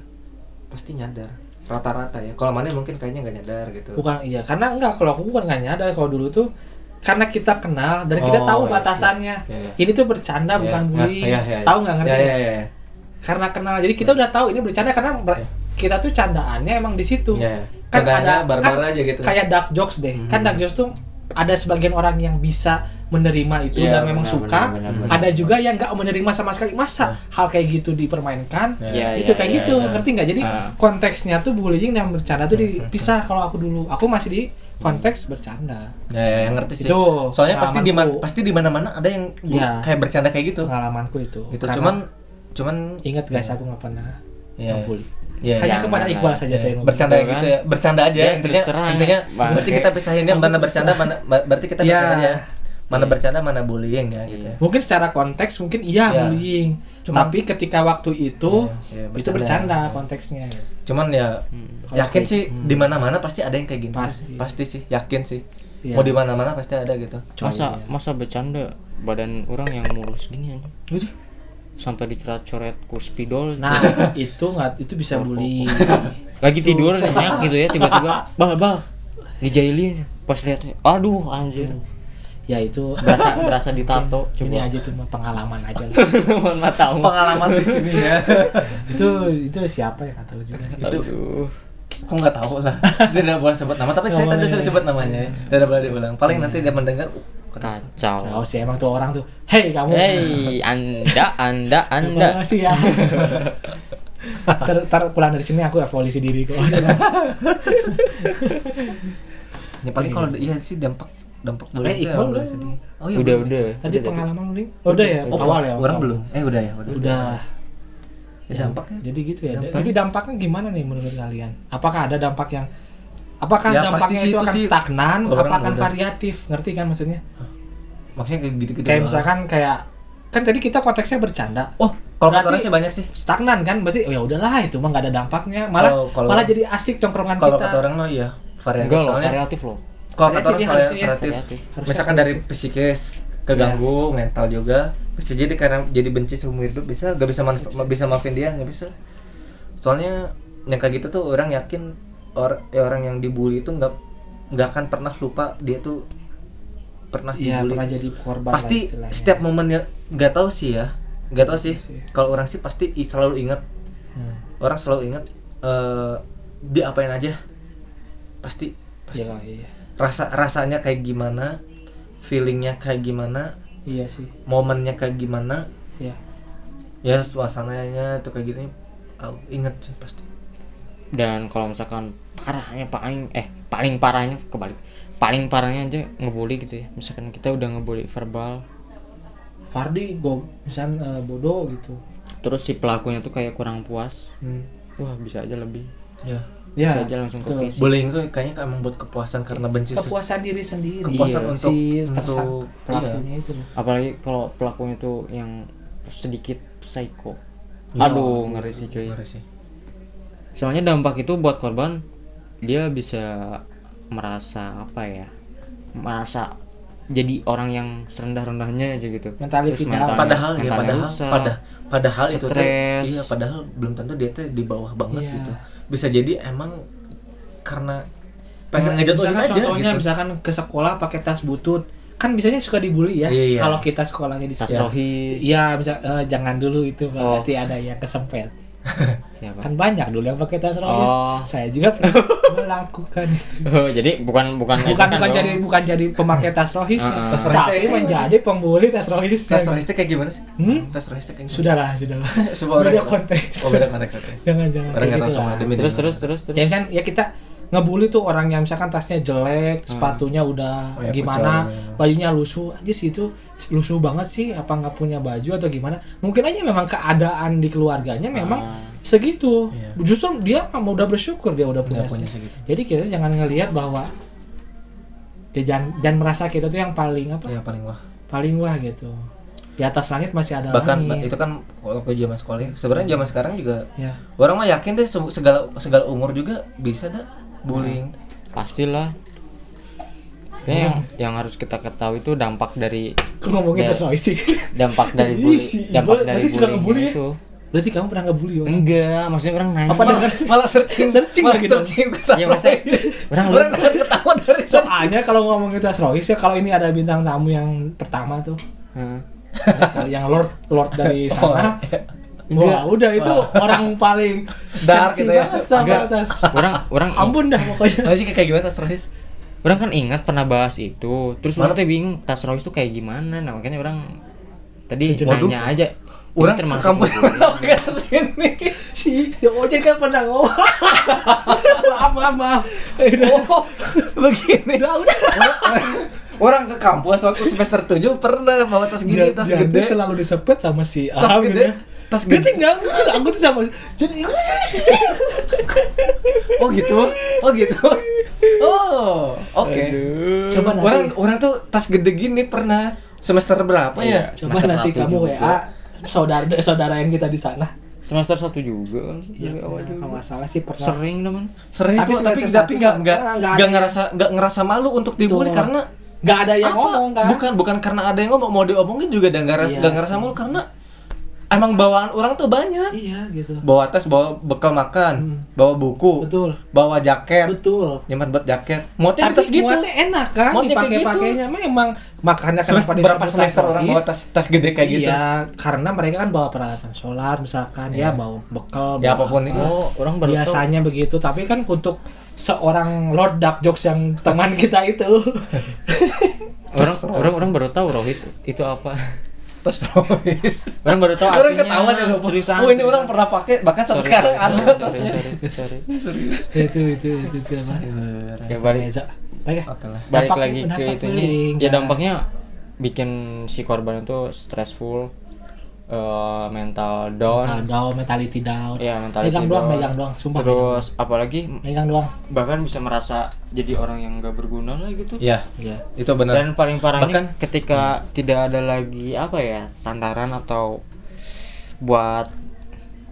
[SPEAKER 2] pasti nyadar rata-rata ya kalau mana mungkin kayaknya nggak nyadar gitu
[SPEAKER 3] bukan iya karena enggak kalau aku bukan nggak nyadar kalau dulu tuh karena kita kenal dan
[SPEAKER 2] Oh,
[SPEAKER 3] kita tahu
[SPEAKER 2] iya,
[SPEAKER 3] batasannya
[SPEAKER 2] iya, iya.
[SPEAKER 3] ini tuh bercanda bukan
[SPEAKER 2] Ya,
[SPEAKER 3] bullying
[SPEAKER 2] ya, ya, ya.
[SPEAKER 3] tahu nggak ngerti
[SPEAKER 2] Ya, ya,
[SPEAKER 3] nggak?
[SPEAKER 2] ya, ya.
[SPEAKER 3] karena kenal jadi kita udah tahu ini bercanda karena mer-
[SPEAKER 2] Iya.
[SPEAKER 3] kita tuh candaannya emang di situ
[SPEAKER 2] Ya, ya.
[SPEAKER 3] Kan
[SPEAKER 2] Candanya
[SPEAKER 3] ada-
[SPEAKER 2] barbar
[SPEAKER 3] kan
[SPEAKER 2] aja gitu.
[SPEAKER 3] kayak dark jokes deh kan
[SPEAKER 2] Mhm.
[SPEAKER 3] dark jokes tuh ada sebagian orang yang bisa menerima itu
[SPEAKER 1] Iya,
[SPEAKER 3] dan memang
[SPEAKER 1] benar,
[SPEAKER 3] suka
[SPEAKER 1] benar, benar, Iya.
[SPEAKER 3] ada
[SPEAKER 1] benar.
[SPEAKER 3] juga yang nggak menerima sama sekali masa
[SPEAKER 2] Iya.
[SPEAKER 3] hal kayak gitu dipermainkan
[SPEAKER 1] Ya,
[SPEAKER 3] itu
[SPEAKER 1] ya,
[SPEAKER 3] kayak
[SPEAKER 1] ya,
[SPEAKER 3] gitu
[SPEAKER 1] ya.
[SPEAKER 3] ngerti nggak jadi
[SPEAKER 1] Ah.
[SPEAKER 3] konteksnya tuh bullying dan bercanda tuh
[SPEAKER 2] Hmm,
[SPEAKER 3] dipisah kalau aku dulu aku masih di konteks bercanda
[SPEAKER 2] Ya, ya, yang ngerti sih.
[SPEAKER 3] Itu
[SPEAKER 2] Soalnya pasti di ma-
[SPEAKER 3] pengalamanku.
[SPEAKER 2] pasti di mana-mana ada yang bu-
[SPEAKER 3] Ya.
[SPEAKER 2] kayak bercanda kayak gitu.
[SPEAKER 3] pengalamanku itu
[SPEAKER 2] Gitu.
[SPEAKER 3] Karena-
[SPEAKER 2] Cuman cuman
[SPEAKER 3] ingat guys aku nggak pernah
[SPEAKER 2] Iya,
[SPEAKER 3] ngebully
[SPEAKER 2] Iya,
[SPEAKER 1] jangan,
[SPEAKER 3] hanya kepada Iqbal
[SPEAKER 1] ya.
[SPEAKER 3] saja saya ngomong.
[SPEAKER 2] bercanda
[SPEAKER 1] Betul
[SPEAKER 2] gitu
[SPEAKER 1] kan?
[SPEAKER 2] ya. Bercanda aja
[SPEAKER 3] Iya,
[SPEAKER 1] Ya,
[SPEAKER 2] intinya.
[SPEAKER 1] terus terang,
[SPEAKER 2] Intinya
[SPEAKER 1] bangke.
[SPEAKER 2] berarti kita pisahin yang
[SPEAKER 3] Aku
[SPEAKER 2] mana
[SPEAKER 3] terus
[SPEAKER 2] bercanda mana ba- berarti kita
[SPEAKER 3] Ya.
[SPEAKER 2] pisahin aja. Mana
[SPEAKER 1] Iya.
[SPEAKER 2] bercanda mana bullying ya gitu ya.
[SPEAKER 3] mungkin secara konteks mungkin iya
[SPEAKER 2] Iya.
[SPEAKER 3] bullying
[SPEAKER 2] Cuma-
[SPEAKER 3] tapi ketika waktu itu
[SPEAKER 2] Iya, iya,
[SPEAKER 3] itu
[SPEAKER 2] bercanda.
[SPEAKER 3] bercanda
[SPEAKER 2] Iya.
[SPEAKER 3] konteksnya
[SPEAKER 2] Cuman ya
[SPEAKER 1] Hmm.
[SPEAKER 2] yakin
[SPEAKER 3] Kalau gitu.
[SPEAKER 2] sih di mana-mana pasti ada yang kayak gini.
[SPEAKER 3] Pasti.
[SPEAKER 2] pasti sih, yakin sih.
[SPEAKER 3] Iya.
[SPEAKER 2] Mau di mana-mana pasti ada gitu.
[SPEAKER 1] masa masa bercanda badan orang yang mulus gini anjing.
[SPEAKER 3] Iya
[SPEAKER 1] sampai dikira coret ku spidol
[SPEAKER 3] nah itu nggak itu bisa bullying
[SPEAKER 1] lagi tidur nyenyak gitu ya tiba-tiba bal bal dijailin pas lihat aduh anjir
[SPEAKER 3] ya itu
[SPEAKER 1] berasa berasa ditato
[SPEAKER 3] Mungkin ini aja cuma pengalaman aja lah.
[SPEAKER 1] cuman matamu
[SPEAKER 2] Pengalaman di sini ya.
[SPEAKER 3] itu itu siapa ya nggak tahu juga sih
[SPEAKER 2] Itu-
[SPEAKER 1] Aduh.
[SPEAKER 2] Aku nggak tahu lah. Tidak boleh sebut nama, tapi saya tadi
[SPEAKER 3] Nggak boleh. Iya.
[SPEAKER 2] sudah sebut namanya. ya. Tidak boleh diulang. Paling nanti dia mendengar. Uh, kenapa?
[SPEAKER 1] kacau
[SPEAKER 3] Saus sih emang tuh orang tuh hei kamu
[SPEAKER 1] Hei, anda, anda, anda.
[SPEAKER 3] Terima kasih ya. ter, ter- pulang dari sini aku evaluasi diri kok.
[SPEAKER 2] Ya paling kalau iya sih dampak dampak
[SPEAKER 3] Eh,
[SPEAKER 2] bullying.
[SPEAKER 3] Iqbal belum?
[SPEAKER 2] Oh iya.
[SPEAKER 1] udah,
[SPEAKER 2] belum.
[SPEAKER 1] udah.
[SPEAKER 3] Tadi
[SPEAKER 1] Udah,
[SPEAKER 3] pengalaman lu, Ling? Oh, udah ya,
[SPEAKER 2] Oh,
[SPEAKER 3] awal ya.
[SPEAKER 2] Orang
[SPEAKER 3] awal.
[SPEAKER 2] belum. Eh udah ya, udah.
[SPEAKER 3] Udah.
[SPEAKER 2] Ya, dampaknya.
[SPEAKER 3] Jadi gitu ya.
[SPEAKER 2] Dampak.
[SPEAKER 3] Tapi dampaknya gimana nih menurut kalian? Apakah ada dampak yang apakah
[SPEAKER 2] Ya, pasti
[SPEAKER 3] dampaknya
[SPEAKER 2] sih itu
[SPEAKER 3] itu akan
[SPEAKER 2] sih
[SPEAKER 3] stagnan,
[SPEAKER 2] orang
[SPEAKER 3] apa akan
[SPEAKER 2] muda.
[SPEAKER 3] variatif? Ngerti kan maksudnya?
[SPEAKER 2] Maksudnya kayak gitu-gitu.
[SPEAKER 3] kayak
[SPEAKER 2] doang.
[SPEAKER 3] misalkan kayak kan tadi kita konteksnya bercanda.
[SPEAKER 2] oh, kalau
[SPEAKER 3] Berarti-
[SPEAKER 2] kotorannya sih banyak sih.
[SPEAKER 3] Stagnan kan berarti oh, ya udahlah itu mah nggak ada dampaknya. Malah
[SPEAKER 2] Kalau- Oh, kalau-
[SPEAKER 3] malah jadi asik tongkrongan
[SPEAKER 2] Kalau
[SPEAKER 3] kan kita.
[SPEAKER 2] kata orang mah ya variatif
[SPEAKER 1] Enggak loh,
[SPEAKER 2] soalnya.
[SPEAKER 1] variatif loh.
[SPEAKER 2] Kalau kata
[SPEAKER 3] Variatif
[SPEAKER 2] orang
[SPEAKER 3] ya,
[SPEAKER 2] soalnya
[SPEAKER 3] harusnya ya.
[SPEAKER 2] variatif.
[SPEAKER 1] Variatif.
[SPEAKER 3] Harusnya gitu. Iya.
[SPEAKER 2] Misalkan dari psikis keganggu mental juga bisa jadi karena jadi benci seumur hidup bisa gak bisa manf- bisa maafin dia nggak bisa soalnya yang kayak gitu tuh orang yakin or- ya orang yang dibully itu nggak nggak akan pernah lupa dia tuh pernah
[SPEAKER 3] Iya,
[SPEAKER 2] dibully
[SPEAKER 3] pernah jadi korban lah
[SPEAKER 2] pasti
[SPEAKER 3] istilahnya.
[SPEAKER 2] setiap momennya nggak tahu sih ya nggak tahu sih
[SPEAKER 3] Sih.
[SPEAKER 2] kalau orang sih pasti i- selalu ingat
[SPEAKER 3] Hmm.
[SPEAKER 2] orang selalu ingat eh dia apain aja pasti pasti
[SPEAKER 3] Iya, iya.
[SPEAKER 2] rasa rasanya kayak gimana feelingnya kayak gimana
[SPEAKER 3] Iya sih.
[SPEAKER 2] momennya kayak gimana
[SPEAKER 3] Iya.
[SPEAKER 2] ya suasananya tuh kayak gitu aku inget sih pasti
[SPEAKER 1] Dan kalau misalkan parahnya paling eh paling parahnya kebalik. Paling parahnya aja ngebully gitu ya. Misalkan kita udah ngebully verbal,
[SPEAKER 3] Fardi go misalkan eh, bodoh gitu.
[SPEAKER 1] terus si pelakunya tuh kayak kurang puas.
[SPEAKER 3] Hmm. Iya.
[SPEAKER 1] Wah, bisa aja lebih.
[SPEAKER 2] ya
[SPEAKER 1] Bisa aja langsung ke
[SPEAKER 3] betul.
[SPEAKER 1] fisik.
[SPEAKER 2] bullying tuh kayaknya emang buat kepuasan karena benci ses-
[SPEAKER 3] kepuasan diri sendiri.
[SPEAKER 2] kepuasan
[SPEAKER 1] Iya,
[SPEAKER 2] untuk iya.
[SPEAKER 3] si tersangka
[SPEAKER 2] untuk
[SPEAKER 3] pelakunya itu loh.
[SPEAKER 1] Apalagi kalau pelakunya tuh yang sedikit psycho.
[SPEAKER 2] Iya.
[SPEAKER 1] Aduh, ngeri sih cuy.
[SPEAKER 2] iya. Ngeri sih.
[SPEAKER 1] Soalnya dampak itu buat korban dia bisa merasa apa ya? Merasa jadi orang yang serendah-rendahnya aja gitu. Terus
[SPEAKER 3] Mentality down.
[SPEAKER 1] mentalnya-
[SPEAKER 2] padahal ya
[SPEAKER 1] mentalnya
[SPEAKER 2] padahal
[SPEAKER 1] rusak.
[SPEAKER 2] pada padahal itu teh
[SPEAKER 1] stres.
[SPEAKER 2] iya padahal belum tentu dia teh di bawah banget
[SPEAKER 3] Iya.
[SPEAKER 2] gitu bisa jadi emang karena pengen ngejat
[SPEAKER 3] Nah, misalkan
[SPEAKER 2] aja
[SPEAKER 3] contohnya
[SPEAKER 2] gitu
[SPEAKER 3] misalkan ke sekolah pakai tas butut kan biasanya suka dibully ya
[SPEAKER 2] Iya.
[SPEAKER 3] kalau kita sekolahnya di
[SPEAKER 1] Tas
[SPEAKER 3] sekolah
[SPEAKER 1] rohis.
[SPEAKER 3] Iya, bisa eh, jangan dulu itu Pak.
[SPEAKER 1] Oh.
[SPEAKER 3] nanti ada yang kesempet.
[SPEAKER 1] Siapa?
[SPEAKER 3] Kan banyak dulu yang pakai tas rohis.
[SPEAKER 1] Oh.
[SPEAKER 3] Saya juga pernah melakukan itu.
[SPEAKER 1] Oh, jadi bukan bukan
[SPEAKER 3] Bukan bukan
[SPEAKER 1] dong.
[SPEAKER 3] jadi bukan jadi pemakai tas rohis,
[SPEAKER 1] Heeh.
[SPEAKER 2] Tas rohis
[SPEAKER 3] tapi
[SPEAKER 2] teh kayak
[SPEAKER 3] menjadi pembuli tas rohis.
[SPEAKER 2] tes rahasia kayak gimana sih
[SPEAKER 3] Hmm?
[SPEAKER 2] tes rahasia kayak gimana?
[SPEAKER 3] Sudahlah, sudahlah.
[SPEAKER 2] Sebuah orang-
[SPEAKER 3] Beda konteks.
[SPEAKER 2] oh beda konteks oke
[SPEAKER 3] Jangan jangan.
[SPEAKER 2] Orang
[SPEAKER 3] kayak
[SPEAKER 2] nggak tahu
[SPEAKER 3] gitu
[SPEAKER 2] sama
[SPEAKER 3] lah.
[SPEAKER 2] demi
[SPEAKER 1] terus terus terus terus.
[SPEAKER 3] Ya misalkan ya kita ngebully tuh orang yang misalkan tasnya jelek, sepatunya udah
[SPEAKER 2] Hmm. Oh, ya,
[SPEAKER 3] gimana,
[SPEAKER 2] pucal, ya.
[SPEAKER 3] bajunya lusuh, anjir sih itu lusuh banget sih, apa nggak punya baju atau gimana? Mungkin aja memang keadaan di keluarganya memang
[SPEAKER 1] Ah.
[SPEAKER 3] segitu.
[SPEAKER 2] Iya.
[SPEAKER 3] Justru dia mah udah bersyukur dia udah punya,
[SPEAKER 2] Udah punya
[SPEAKER 3] se-
[SPEAKER 2] segitu.
[SPEAKER 3] Jadi kita jangan ngelihat bahwa ya jangan, jangan merasa kita tuh yang paling apa?
[SPEAKER 2] ya paling wah
[SPEAKER 3] Paling wah gitu. Di atas langit masih ada
[SPEAKER 2] bahkan
[SPEAKER 3] langit.
[SPEAKER 2] itu kan kalau ke zaman sekolah ya. sebenarnya zaman sekarang juga
[SPEAKER 3] Ya.
[SPEAKER 2] orang mah yakin deh se- segala segala umur juga bisa dah bullying
[SPEAKER 3] Nah.
[SPEAKER 1] Pastilah. Kayaknya yang, yang harus kita ketahui itu dampak dari
[SPEAKER 3] Kok ngomongin
[SPEAKER 1] da-
[SPEAKER 2] Iya.
[SPEAKER 3] terus noise sih?
[SPEAKER 1] dampak dari
[SPEAKER 3] Ih,
[SPEAKER 1] bully,
[SPEAKER 3] si
[SPEAKER 1] dampak
[SPEAKER 3] Iqbal
[SPEAKER 1] dari
[SPEAKER 3] tadi suka ngebully
[SPEAKER 1] bullying
[SPEAKER 3] ya?
[SPEAKER 1] itu.
[SPEAKER 3] Berarti kamu pernah ngebully orang?
[SPEAKER 1] Enggak, maksudnya orang nanya.
[SPEAKER 2] apa malah, malah searching
[SPEAKER 3] Searching
[SPEAKER 2] malah
[SPEAKER 3] lagi dong.
[SPEAKER 2] searching ke tas
[SPEAKER 1] Iya, maksudnya orang
[SPEAKER 2] orang dengar ketawa dari sana
[SPEAKER 3] Soalnya kalau ngomongin Tas Royce ya kalau ini ada bintang tamu yang pertama tuh
[SPEAKER 1] Heeh.
[SPEAKER 3] yang Lord Lord dari sana.
[SPEAKER 2] Oh, iya.
[SPEAKER 3] Wah, udah itu orang paling
[SPEAKER 2] Dark
[SPEAKER 3] seksi
[SPEAKER 2] gitu ya.
[SPEAKER 3] banget sama
[SPEAKER 1] Enggak.
[SPEAKER 3] Tas.
[SPEAKER 1] Orang orang
[SPEAKER 3] Ampun dah pokoknya.
[SPEAKER 2] masih kayak gimana tas rohis
[SPEAKER 1] orang kan ingat pernah bahas itu. Terus
[SPEAKER 2] Mana?
[SPEAKER 1] orang tuh bingung tas Rolls itu kayak gimana. Nah, makanya orang tadi
[SPEAKER 3] Sejenak.
[SPEAKER 1] nanya aja. ini
[SPEAKER 2] orang ke
[SPEAKER 1] termasuk
[SPEAKER 2] kampus
[SPEAKER 1] ngebully?
[SPEAKER 2] mana pakai tas ini
[SPEAKER 3] Si si Ojen kan pernah ngomong. maaf, maaf, maaf.
[SPEAKER 2] oh begini
[SPEAKER 3] Udah, udah.
[SPEAKER 2] orang ke kampus waktu semester 7 pernah bawa tas gini tas
[SPEAKER 3] Jadi
[SPEAKER 2] gede
[SPEAKER 3] selalu disepet sama si
[SPEAKER 2] Tas
[SPEAKER 3] Aham
[SPEAKER 2] gede,
[SPEAKER 3] gitu ya.
[SPEAKER 2] tas
[SPEAKER 3] Dia
[SPEAKER 2] gede.
[SPEAKER 3] tinggal aku tuh sama jadi
[SPEAKER 2] oh gitu oh gitu oh oke
[SPEAKER 1] Aduh.
[SPEAKER 3] Coba nanti.
[SPEAKER 2] orang orang tuh tas gede gini pernah semester berapa ya
[SPEAKER 1] Iya.
[SPEAKER 3] Coba
[SPEAKER 1] Masa
[SPEAKER 3] nanti
[SPEAKER 1] satu
[SPEAKER 3] kamu
[SPEAKER 1] juga.
[SPEAKER 3] WA saudara saudara yang kita di sana.
[SPEAKER 1] Semester 1 juga. Awal
[SPEAKER 3] Iya, pernah,
[SPEAKER 1] juga.
[SPEAKER 3] kalau nggak salah sih pernah.
[SPEAKER 1] Sering teman.
[SPEAKER 2] sering
[SPEAKER 3] Tapi
[SPEAKER 2] tapi tapi
[SPEAKER 3] semester
[SPEAKER 2] tapi
[SPEAKER 3] satu
[SPEAKER 2] nggak
[SPEAKER 3] sa-
[SPEAKER 2] nggak
[SPEAKER 3] nggak ada
[SPEAKER 2] nggak
[SPEAKER 3] yang-
[SPEAKER 2] ngerasa nggak ngerasa malu untuk dibully
[SPEAKER 3] Betul.
[SPEAKER 2] karena
[SPEAKER 3] nggak ada yang
[SPEAKER 2] apa?
[SPEAKER 3] ngomong kan?
[SPEAKER 2] bukan bukan karena ada yang ngomong mau diomongin juga udah nggak
[SPEAKER 3] Iya
[SPEAKER 2] nggak ngerasa
[SPEAKER 3] sih.
[SPEAKER 2] malu karena emang bawaan orang tuh banyak
[SPEAKER 3] Iya gitu.
[SPEAKER 2] bawa tas bawa bekal makan
[SPEAKER 3] Hmm.
[SPEAKER 2] bawa buku
[SPEAKER 3] Betul.
[SPEAKER 2] bawa jaket
[SPEAKER 3] Betul.
[SPEAKER 2] nyaman buat jaket muatnya di
[SPEAKER 3] Tapi
[SPEAKER 2] tas gitu
[SPEAKER 3] muatnya enak kan
[SPEAKER 2] Muatnya kayak
[SPEAKER 3] dipakai-pakainya memang makanya
[SPEAKER 2] Semest-
[SPEAKER 3] kenapa
[SPEAKER 2] berapa
[SPEAKER 3] disebut
[SPEAKER 2] semester orang bawa
[SPEAKER 3] rois?
[SPEAKER 2] tas tas gede kayak gitu
[SPEAKER 3] Iya, karena mereka kan bawa peralatan sholat misalkan ya bawa bekal
[SPEAKER 2] Iya. Ya,
[SPEAKER 3] bawa
[SPEAKER 2] apapun
[SPEAKER 3] apa.
[SPEAKER 2] itu.
[SPEAKER 1] Oh, orang baru tahu.
[SPEAKER 3] biasanya begitu tapi kan untuk seorang Lord Dark Jokes yang teman kita itu
[SPEAKER 1] Orang orang orang baru tahu Rohis itu apa.
[SPEAKER 2] tas rois
[SPEAKER 1] Orang baru tahu
[SPEAKER 2] orang
[SPEAKER 1] artinya.
[SPEAKER 2] ketawa sih sopo.
[SPEAKER 1] seriusan,
[SPEAKER 2] oh ini
[SPEAKER 1] seriusan.
[SPEAKER 2] orang pernah pakai bahkan sampai
[SPEAKER 1] Sorry,
[SPEAKER 2] sekarang
[SPEAKER 1] sorry,
[SPEAKER 2] ada
[SPEAKER 1] sorry,
[SPEAKER 2] tasnya
[SPEAKER 1] sorry, sorry.
[SPEAKER 2] serius
[SPEAKER 3] itu itu itu itu apa?
[SPEAKER 1] Ya balik
[SPEAKER 3] Meza. Baik.
[SPEAKER 2] Oke lah.
[SPEAKER 1] balik
[SPEAKER 3] Dampak- kan?
[SPEAKER 1] lagi ke
[SPEAKER 3] dampak
[SPEAKER 1] itunya.
[SPEAKER 3] bullying,
[SPEAKER 1] Ya
[SPEAKER 3] guys.
[SPEAKER 1] dampaknya bikin si korban itu stressful, eh, mental
[SPEAKER 3] Ah,
[SPEAKER 1] down.
[SPEAKER 3] down, mentality down.
[SPEAKER 1] Ya
[SPEAKER 2] Iya.
[SPEAKER 1] mentality
[SPEAKER 3] megang doang,
[SPEAKER 1] down.
[SPEAKER 3] megang doang, sumpah.
[SPEAKER 1] Terus apalagi
[SPEAKER 3] megang doang.
[SPEAKER 1] bahkan bisa merasa jadi orang yang gak berguna lah gitu.
[SPEAKER 2] ya
[SPEAKER 3] Iya.
[SPEAKER 2] itu benar
[SPEAKER 1] Dan paling parahnya
[SPEAKER 2] Bahkan-
[SPEAKER 1] ketika tidak ada lagi apa ya sandaran atau buat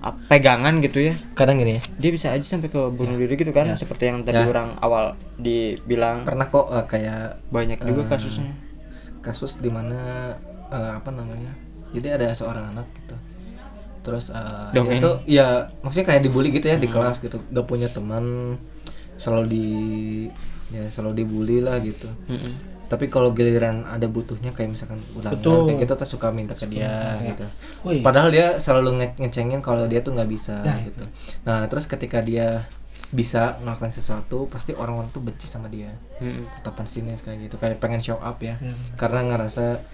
[SPEAKER 1] ap- pegangan gitu ya
[SPEAKER 2] kadang gini ya
[SPEAKER 1] dia bisa aja sampai ke bunuh diri gitu kan seperti yang tadi
[SPEAKER 2] Ya.
[SPEAKER 1] orang awal dibilang
[SPEAKER 2] pernah kok eh, kayak
[SPEAKER 1] banyak juga kasusnya
[SPEAKER 2] kasus dimana eh, apa namanya jadi ada seorang anak gitu terus eh,
[SPEAKER 1] Dongeng.
[SPEAKER 2] itu ya maksudnya kayak dibully gitu ya di
[SPEAKER 3] Hmm.
[SPEAKER 2] kelas gitu gak punya teman selalu di ya selalu dibully lah gitu
[SPEAKER 1] Mm-mm.
[SPEAKER 2] tapi kalau giliran ada butuhnya kayak misalkan ulangan
[SPEAKER 3] Betul.
[SPEAKER 2] kayak gitu tuh suka minta ke dia
[SPEAKER 3] minta, ya.
[SPEAKER 2] gitu
[SPEAKER 3] Woi.
[SPEAKER 2] padahal dia selalu nge- ngecengin kalau dia tuh nggak bisa
[SPEAKER 3] Nah,
[SPEAKER 2] gitu nah terus ketika dia bisa melakukan sesuatu pasti orang-orang tuh benci sama dia
[SPEAKER 1] Mm-mm.
[SPEAKER 2] tatapan sinis kayak gitu kayak pengen show up ya
[SPEAKER 3] Iya.
[SPEAKER 2] karena ngerasa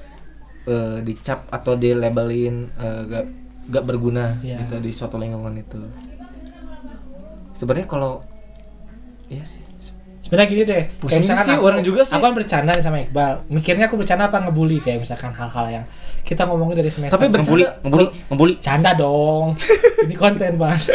[SPEAKER 2] eh, dicap atau dilabelin eh, gak gak berguna
[SPEAKER 3] Iya.
[SPEAKER 2] gitu di suatu lingkungan itu sebenarnya kalau iya sih
[SPEAKER 3] Sebenarnya gini deh.
[SPEAKER 2] Pusing sih, orang juga sih.
[SPEAKER 3] Aku kan bercanda nih sama Iqbal. Mikirnya aku bercanda apa ngebully kayak misalkan hal-hal yang kita ngomongin dari semester.
[SPEAKER 2] Tapi ber-
[SPEAKER 1] ngebully ngebully ngebully
[SPEAKER 3] bercanda dong. Ini konten, Mas.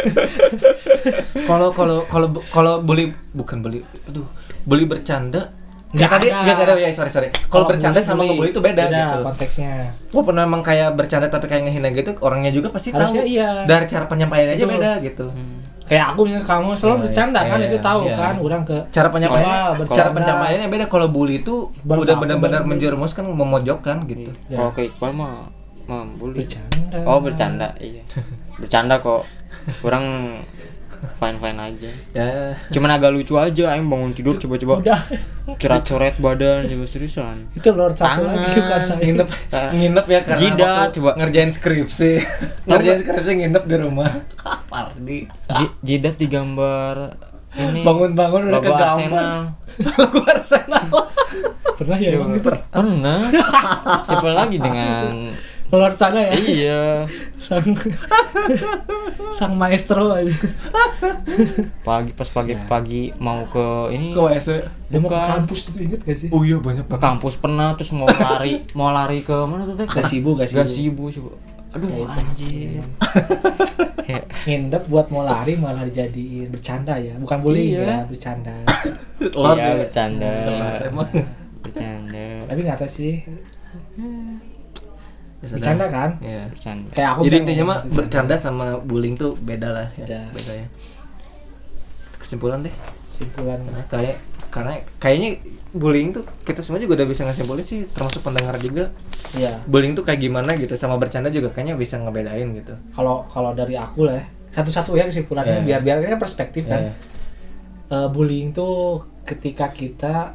[SPEAKER 2] kalau kalau kalau bu- kalau beli bukan beli aduh beli bercanda
[SPEAKER 3] Nggak
[SPEAKER 2] Nggak tadi
[SPEAKER 3] ada.
[SPEAKER 2] nggak ada ya sorry sorry kalau bercanda sama ngebully itu beda, gitu
[SPEAKER 3] konteksnya.
[SPEAKER 2] walaupun memang kayak bercanda tapi kayak ngehina gitu orangnya juga pasti
[SPEAKER 3] Harusnya
[SPEAKER 2] tahu
[SPEAKER 3] iya.
[SPEAKER 2] dari cara penyampaiannya aja
[SPEAKER 3] Betul.
[SPEAKER 2] beda gitu
[SPEAKER 1] Hmm.
[SPEAKER 3] kayak aku misalnya kamu selalu
[SPEAKER 2] Iya,
[SPEAKER 3] bercanda
[SPEAKER 2] iya,
[SPEAKER 3] kan
[SPEAKER 2] iya,
[SPEAKER 3] itu tahu
[SPEAKER 2] iya.
[SPEAKER 3] kan orang ke
[SPEAKER 2] cara penyampaiannya
[SPEAKER 3] Wah, bercanda.
[SPEAKER 2] cara penyampaiannya beda kalau bully itu
[SPEAKER 3] Baru
[SPEAKER 2] udah
[SPEAKER 3] tahu.
[SPEAKER 2] benar-benar menjerumuskan memojokkan gitu
[SPEAKER 1] Iya. Kalau ke Iqbal mah membuli.
[SPEAKER 3] Ya. bercanda
[SPEAKER 1] Oh bercanda, iya. Bercanda kok. Kurang fine fine aja.
[SPEAKER 2] ya
[SPEAKER 1] Cuman agak lucu aja, aing bangun tidur coba-coba
[SPEAKER 3] udah
[SPEAKER 1] coret-coret badan coba seriusan.
[SPEAKER 3] itu loh satu
[SPEAKER 1] Tangan.
[SPEAKER 3] lagi bukan saya
[SPEAKER 2] nginep nginep ya karena
[SPEAKER 1] Jidat,
[SPEAKER 2] waktu
[SPEAKER 1] coba.
[SPEAKER 2] ngerjain skripsi ngerjain skripsi nginep di rumah kapal di
[SPEAKER 1] Ji- Jidat digambar ini
[SPEAKER 2] bangun-bangun
[SPEAKER 1] logo
[SPEAKER 2] udah kegambar
[SPEAKER 1] Arsenal.
[SPEAKER 2] lagu Arsenal
[SPEAKER 3] pernah ya emang gitu
[SPEAKER 1] Pernah. Siapa lagi dengan
[SPEAKER 3] keluar sana ya
[SPEAKER 1] Iya,
[SPEAKER 3] sang sang maestro aja
[SPEAKER 1] pagi pas pagi-pagi mau ke ini
[SPEAKER 2] ke WC
[SPEAKER 3] dia mau ke
[SPEAKER 1] Bukan.
[SPEAKER 3] kampus itu inget gak sih
[SPEAKER 2] oh iya banyak
[SPEAKER 1] ke kampus pernah terus mau lari mau lari ke mana tuh teh
[SPEAKER 2] Gasibu, gasibu.
[SPEAKER 1] gasibu coba aduh anjir Iya, Kayak,
[SPEAKER 3] nginep buat mau lari malah dijadiin bercanda ya bukan bullying
[SPEAKER 1] Iya.
[SPEAKER 3] ya bercanda
[SPEAKER 2] Lord
[SPEAKER 1] iya
[SPEAKER 2] ya.
[SPEAKER 1] bercanda
[SPEAKER 2] Selas emang
[SPEAKER 1] bercanda
[SPEAKER 3] tapi nggak tahu sih
[SPEAKER 2] Ya, sudah.
[SPEAKER 3] bercanda kan
[SPEAKER 2] Iya.
[SPEAKER 1] bercanda
[SPEAKER 3] kayak aku
[SPEAKER 2] Jadi
[SPEAKER 3] bilang
[SPEAKER 2] intinya mah
[SPEAKER 3] ngomong gitu.
[SPEAKER 2] bercanda sama bullying tuh beda lah ya.
[SPEAKER 3] Beda.
[SPEAKER 2] Beda ya. Kesimpulan deh.
[SPEAKER 3] simpulan
[SPEAKER 2] Karena kayak karena kayaknya bullying tuh kita semua juga udah bisa ngesimpulin sih termasuk pendengar juga
[SPEAKER 3] ya
[SPEAKER 2] bullying tuh kayak gimana gitu sama bercanda juga kayaknya bisa ngebedain gitu.
[SPEAKER 3] kalau kalau dari aku lah ya, satu-satu ya
[SPEAKER 2] Iya.
[SPEAKER 3] kesimpulannya biar biar ini kan perspektif kan
[SPEAKER 2] Iya.
[SPEAKER 3] Eh, bullying tuh ketika kita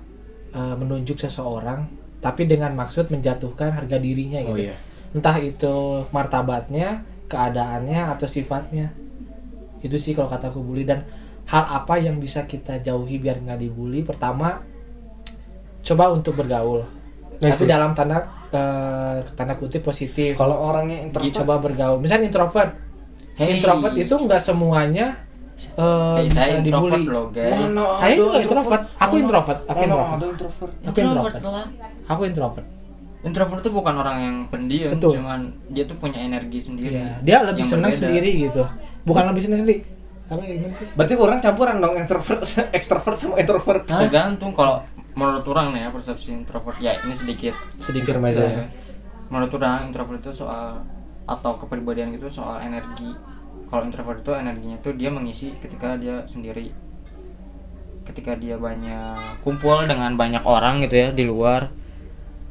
[SPEAKER 3] eh, menunjuk seseorang tapi dengan maksud menjatuhkan harga dirinya gitu
[SPEAKER 2] Oh iya.
[SPEAKER 3] entah itu martabatnya, keadaannya atau sifatnya. Itu sih kalau kataku bully dan hal apa yang bisa kita jauhi biar nggak dibully? Pertama, coba untuk bergaul.
[SPEAKER 2] Nice
[SPEAKER 1] Nah,
[SPEAKER 3] Tapi
[SPEAKER 2] sih.
[SPEAKER 3] dalam tanda eh, tanda kutip positif.
[SPEAKER 2] Kalau orangnya
[SPEAKER 3] Jadi
[SPEAKER 2] introvert
[SPEAKER 3] coba bergaul. Misalnya introvert.
[SPEAKER 1] Hey.
[SPEAKER 3] Introvert itu nggak semuanya
[SPEAKER 1] Hey,
[SPEAKER 3] eh,
[SPEAKER 1] saya
[SPEAKER 3] bisa
[SPEAKER 1] introvert
[SPEAKER 3] dibully.
[SPEAKER 1] loh,
[SPEAKER 2] Iya.
[SPEAKER 1] guys.
[SPEAKER 3] Mana Saya
[SPEAKER 2] ada
[SPEAKER 3] nggak introvert. Aku
[SPEAKER 2] Mana
[SPEAKER 3] introvert. Aku
[SPEAKER 2] mana
[SPEAKER 3] introvert.
[SPEAKER 2] ada introvert.
[SPEAKER 3] Aku introvert.
[SPEAKER 1] lah
[SPEAKER 3] Aku introvert.
[SPEAKER 1] introvert tuh bukan orang yang pendiam
[SPEAKER 3] Betul.
[SPEAKER 1] cuman dia tuh punya energi sendiri
[SPEAKER 3] Iya, dia lebih
[SPEAKER 1] yang
[SPEAKER 3] senang
[SPEAKER 1] berbeda.
[SPEAKER 3] sendiri gitu. Bukan lebih senang sendiri. Apa ya, gimana sih?
[SPEAKER 2] Berarti orang campuran dong introvert, extrovert sama introvert.
[SPEAKER 3] Hah?
[SPEAKER 1] tergantung kalau menurut orang nih ya persepsi introvert ya ini sedikit
[SPEAKER 2] Sedikit
[SPEAKER 1] Gitu.
[SPEAKER 2] aja.
[SPEAKER 3] Iya.
[SPEAKER 1] Menurut orang introvert itu soal atau kepribadian itu soal energi. Kalau introvert itu energinya tuh dia mengisi ketika dia sendiri. Ketika dia banyak kumpul dengan banyak orang gitu ya di luar,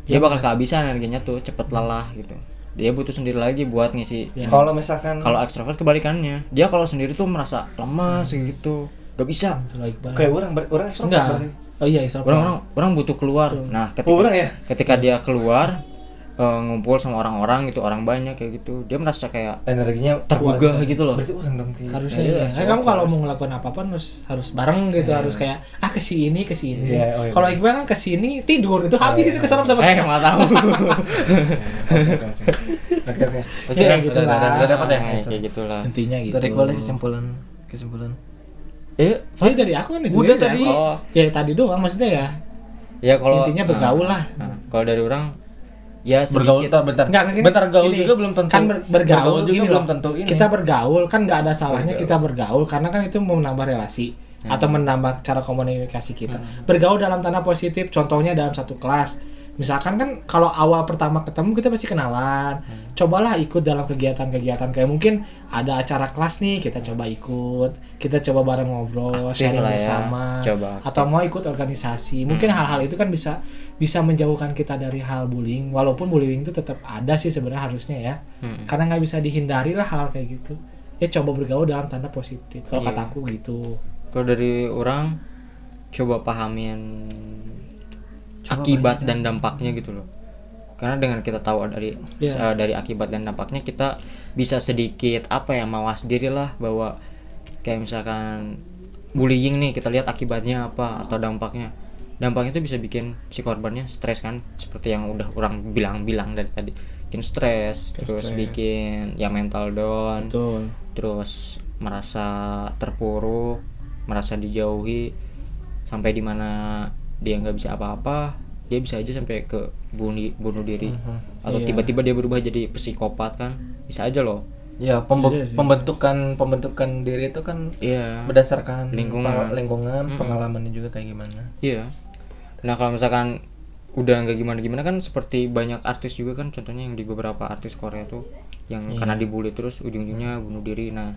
[SPEAKER 1] dia
[SPEAKER 3] Iya.
[SPEAKER 1] bakal kehabisan energinya tuh cepet lelah gitu. Dia butuh sendiri lagi buat ngisi.
[SPEAKER 3] Ya.
[SPEAKER 2] Iya. Kalau misalkan
[SPEAKER 1] Kalau ekstrovert kebalikannya, dia kalau sendiri tuh merasa lemas
[SPEAKER 2] Hmm.
[SPEAKER 1] gitu, gak bisa.
[SPEAKER 3] Itulah Iqbal.
[SPEAKER 2] kayak orang ber- orang extrovert
[SPEAKER 3] Enggak.
[SPEAKER 2] berarti.
[SPEAKER 3] Oh iya, Isopor.
[SPEAKER 1] orang-orang orang butuh keluar nah ketika
[SPEAKER 2] Oh, orang ya?
[SPEAKER 1] ketika dia keluar eh, ngumpul sama orang-orang gitu orang banyak kayak gitu dia merasa kayak
[SPEAKER 2] energinya
[SPEAKER 1] tergugah gitu loh
[SPEAKER 2] Berarti orang dong kayak. gitu.
[SPEAKER 1] Iya,
[SPEAKER 3] harusnya iya.
[SPEAKER 1] iya,
[SPEAKER 3] Kan kamu kalau mau ngelakuin apapun harus harus bareng gitu, harus kayak ah ke sini, ke sini.
[SPEAKER 2] Iya, oh iya.
[SPEAKER 3] Kalau Iqbal kan ke sini tidur, itu habis itu keserap sama
[SPEAKER 1] eh nggak tahu
[SPEAKER 2] Oke oke.
[SPEAKER 1] Pasti
[SPEAKER 3] Ya,
[SPEAKER 1] kan
[SPEAKER 3] gitu
[SPEAKER 2] Iya, udah, udah,
[SPEAKER 3] lah.
[SPEAKER 2] udah dapat ya.
[SPEAKER 1] Nah, kayak gitulah
[SPEAKER 3] Intinya gitu.
[SPEAKER 2] Dari kuali kesimpulan kesimpulan.
[SPEAKER 1] eh
[SPEAKER 3] Soalnya dari aku kan itu.
[SPEAKER 2] Udah
[SPEAKER 3] ya,
[SPEAKER 2] tadi.
[SPEAKER 3] Kan?
[SPEAKER 1] oh
[SPEAKER 3] Ya tadi doang maksudnya ya.
[SPEAKER 1] ya kalau
[SPEAKER 3] Intinya bergaul
[SPEAKER 1] nah,
[SPEAKER 3] lah.
[SPEAKER 1] nah, kalau dari orang ya
[SPEAKER 2] Bergaul
[SPEAKER 1] sedikit
[SPEAKER 2] bentar bentar.
[SPEAKER 3] Nggak, kan
[SPEAKER 2] bentar gaul
[SPEAKER 3] gini,
[SPEAKER 2] juga belum tentu.
[SPEAKER 3] Kan ber- bergaul,
[SPEAKER 2] juga
[SPEAKER 3] gini
[SPEAKER 2] belum
[SPEAKER 3] loh.
[SPEAKER 2] tentu ini.
[SPEAKER 3] Kita bergaul kan nggak ada salahnya kita bergaul karena kan itu mau menambah relasi
[SPEAKER 2] Hmm.
[SPEAKER 3] atau menambah cara komunikasi kita. Bergaul dalam tanda positif, contohnya dalam satu kelas. Misalkan kan kalau awal pertama ketemu kita pasti kenalan.
[SPEAKER 2] Hmm.
[SPEAKER 3] Cobalah ikut dalam kegiatan-kegiatan kayak mungkin ada acara kelas nih, kita coba ikut, kita coba bareng ngobrol,
[SPEAKER 1] Aktif
[SPEAKER 3] gitu, sharing
[SPEAKER 1] lah ya,
[SPEAKER 3] bersama
[SPEAKER 1] coba aktif. Hmm.
[SPEAKER 3] atau mau ikut organisasi. Mungkin hal-hal itu kan bisa bisa menjauhkan kita dari hal bullying. Walaupun bullying itu tetap ada sih sebenarnya harusnya ya.
[SPEAKER 1] Hmm.
[SPEAKER 3] Karena nggak bisa dihindari lah hal kayak gitu. Ya coba bergaul dalam tanda positif. Kalau
[SPEAKER 1] Iya.
[SPEAKER 3] kataku gitu.
[SPEAKER 1] kalau dari orang coba pahamin akibat dan dampaknya gitu loh karena dengan kita tahu dari
[SPEAKER 3] Iya.
[SPEAKER 1] eh, dari akibat dan dampaknya kita bisa sedikit apa ya mawas diri lah bahwa kayak misalkan bullying nih kita lihat akibatnya apa atau dampaknya dampaknya itu bisa bikin si korbannya stres kan seperti yang udah orang bilang-bilang dari tadi bikin stres terus
[SPEAKER 2] stres.
[SPEAKER 1] bikin ya mental down
[SPEAKER 3] Betul.
[SPEAKER 1] terus merasa terpuruk, merasa dijauhi sampai dimana dia nggak bisa apa-apa, dia bisa aja sampai ke bunuh bunuh diri
[SPEAKER 2] Hmm. Mhm.
[SPEAKER 1] atau
[SPEAKER 3] Iya.
[SPEAKER 1] tiba-tiba dia berubah jadi psikopat kan bisa aja loh.
[SPEAKER 2] Ya pembe-
[SPEAKER 3] Bisa Iya sih.
[SPEAKER 2] pembentukan pembentukan diri itu kan
[SPEAKER 1] Iya.
[SPEAKER 2] berdasarkan
[SPEAKER 1] Lingkungan.
[SPEAKER 2] peng- lingkungan
[SPEAKER 1] Mm-mm.
[SPEAKER 2] pengalamannya juga kayak gimana.
[SPEAKER 1] Iya. Nah kalau misalkan udah nggak gimana-gimana kan seperti banyak artis juga kan contohnya yang di beberapa artis Korea tuh yang karena dibully terus ujung-ujungnya bunuh diri. Nah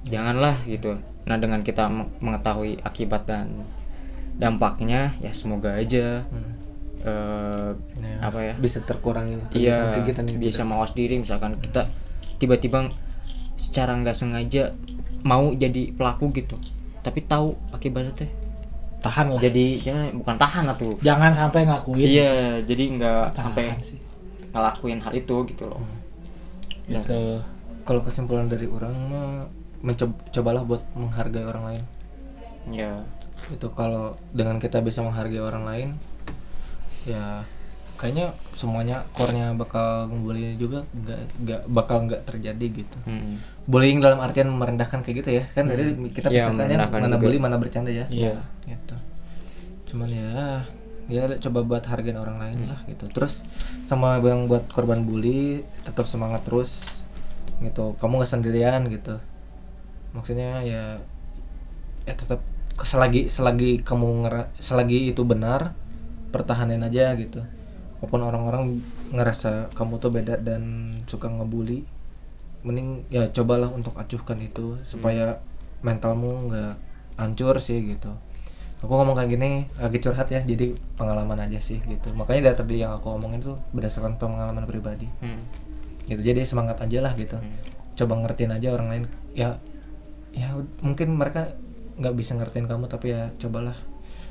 [SPEAKER 1] janganlah gitu nah dengan kita meng- mengetahui akibat dan dampaknya ya semoga aja
[SPEAKER 2] Hmm.
[SPEAKER 1] eh,
[SPEAKER 2] Ya,
[SPEAKER 1] apa ya
[SPEAKER 2] bisa gitu, terkurangi lah
[SPEAKER 1] iya
[SPEAKER 2] kegiatan-kegiatan itu.
[SPEAKER 1] bisa mawas diri misalkan kita tiba-tiba secara nggak sengaja mau jadi pelaku gitu tapi tahu akibatnya teh
[SPEAKER 3] tahan lah
[SPEAKER 1] jadi jangan bukan tahan lah tuh
[SPEAKER 3] jangan sampai ngelakuin
[SPEAKER 1] iya jadi nggak
[SPEAKER 3] Tahan
[SPEAKER 1] sampai
[SPEAKER 3] sih.
[SPEAKER 1] ngelakuin hal itu gitu loh Ya.
[SPEAKER 3] gitu
[SPEAKER 2] kalau kesimpulan dari orang mah mencob- cobalah buat menghargai orang lain
[SPEAKER 1] ya
[SPEAKER 2] itu kalau dengan kita bisa menghargai orang lain ya kayaknya semuanya core-nya bakal ngebully juga nggak nggak bakal nggak terjadi gitu
[SPEAKER 1] Mm.
[SPEAKER 2] bullying dalam artian merendahkan kayak gitu ya kan tadi kita
[SPEAKER 1] Ya,
[SPEAKER 2] pisahkannya
[SPEAKER 1] merendahkan
[SPEAKER 2] mana
[SPEAKER 1] juga.
[SPEAKER 2] bully mana bercanda ya
[SPEAKER 3] iya
[SPEAKER 2] gitu cuman ya ya coba buat hargain orang
[SPEAKER 1] Hmm.
[SPEAKER 2] lain lah gitu terus sama yang buat korban bully tetap semangat terus gitu kamu nggak sendirian gitu maksudnya ya ya tetap selagi selagi kamu ngera- selagi itu benar pertahanin aja gitu walaupun orang-orang ngerasa kamu tuh beda dan suka ngebully mending ya cobalah untuk acuhkan itu supaya mentalmu nggak hancur sih gitu aku ngomong kayak gini lagi curhat ya jadi pengalaman aja sih gitu makanya dari tadi yang aku omongin tuh berdasarkan pengalaman pribadi
[SPEAKER 1] Mm.
[SPEAKER 2] gitu jadi semangat aja lah gitu
[SPEAKER 1] Mm.
[SPEAKER 2] coba ngertiin aja orang lain ya ya ud- mungkin mereka nggak bisa ngertiin kamu tapi ya cobalah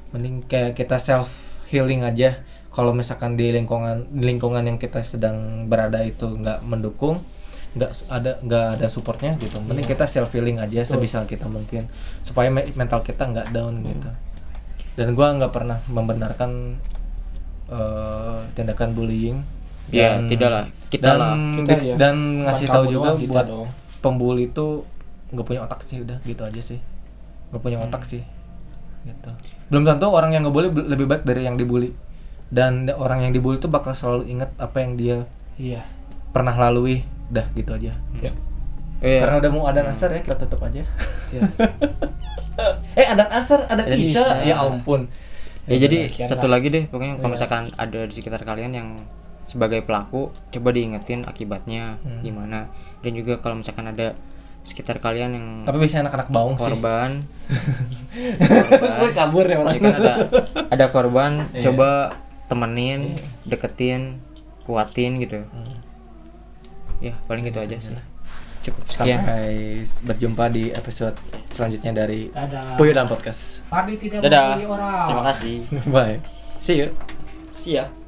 [SPEAKER 2] mending kayak kita self healing aja kalau misalkan di lingkungan di lingkungan yang kita sedang berada itu nggak mendukung nggak s- ada nggak ada supportnya gitu mending
[SPEAKER 1] Iya.
[SPEAKER 2] kita self healing aja sebisa kita mungkin supaya me- mental kita
[SPEAKER 1] Hmm.
[SPEAKER 2] nggak down gitu dan gua nggak pernah membenarkan eh, tindakan bullying
[SPEAKER 1] Ya,
[SPEAKER 2] Dan-
[SPEAKER 1] tidak lah. Kita
[SPEAKER 2] dan
[SPEAKER 1] lah.
[SPEAKER 3] Kita
[SPEAKER 2] dis-
[SPEAKER 3] ya.
[SPEAKER 2] dan ngasih
[SPEAKER 3] Bukan
[SPEAKER 2] tahu
[SPEAKER 3] kamu
[SPEAKER 2] juga
[SPEAKER 3] doang, kita
[SPEAKER 2] buat
[SPEAKER 3] dong.
[SPEAKER 2] pembuli itu nggak punya otak sih udah gitu aja sih nggak punya otak sih gitu belum tentu orang yang ngebully bel- lebih baik dari yang dibully dan orang yang dibully itu bakal selalu ingat apa yang dia
[SPEAKER 3] iya
[SPEAKER 2] pernah lalui dah gitu aja
[SPEAKER 3] iya
[SPEAKER 1] Oh, iya.
[SPEAKER 2] karena udah mau adan asar ya kita tutup aja
[SPEAKER 3] iya
[SPEAKER 2] eh adan asar adan
[SPEAKER 1] Adan isya.
[SPEAKER 2] isya ya ampun
[SPEAKER 1] ya jadi
[SPEAKER 3] sekian
[SPEAKER 1] satu
[SPEAKER 3] lah.
[SPEAKER 1] lagi deh pokoknya kalau misalkan ada di sekitar kalian yang sebagai pelaku coba diingetin akibatnya
[SPEAKER 2] Hmm.
[SPEAKER 1] gimana dan juga kalau misalkan ada sekitar kalian yang
[SPEAKER 2] tapi biasanya anak-anak baung sih
[SPEAKER 1] Hmm. korban
[SPEAKER 2] Gue kabur ya orang
[SPEAKER 1] ya kan ada ada korban
[SPEAKER 2] Iya.
[SPEAKER 1] coba temenin deketin kuatin gitu
[SPEAKER 2] Hmm.
[SPEAKER 1] ya paling gitu aja sih cukup sekian
[SPEAKER 2] sampai berjumpa di episode selanjutnya dari
[SPEAKER 3] Dadah.
[SPEAKER 2] Puyo dan Podcast
[SPEAKER 3] Fadli tidak
[SPEAKER 1] dadah
[SPEAKER 3] membuli orang
[SPEAKER 1] terima kasih
[SPEAKER 2] bye see you
[SPEAKER 1] see ya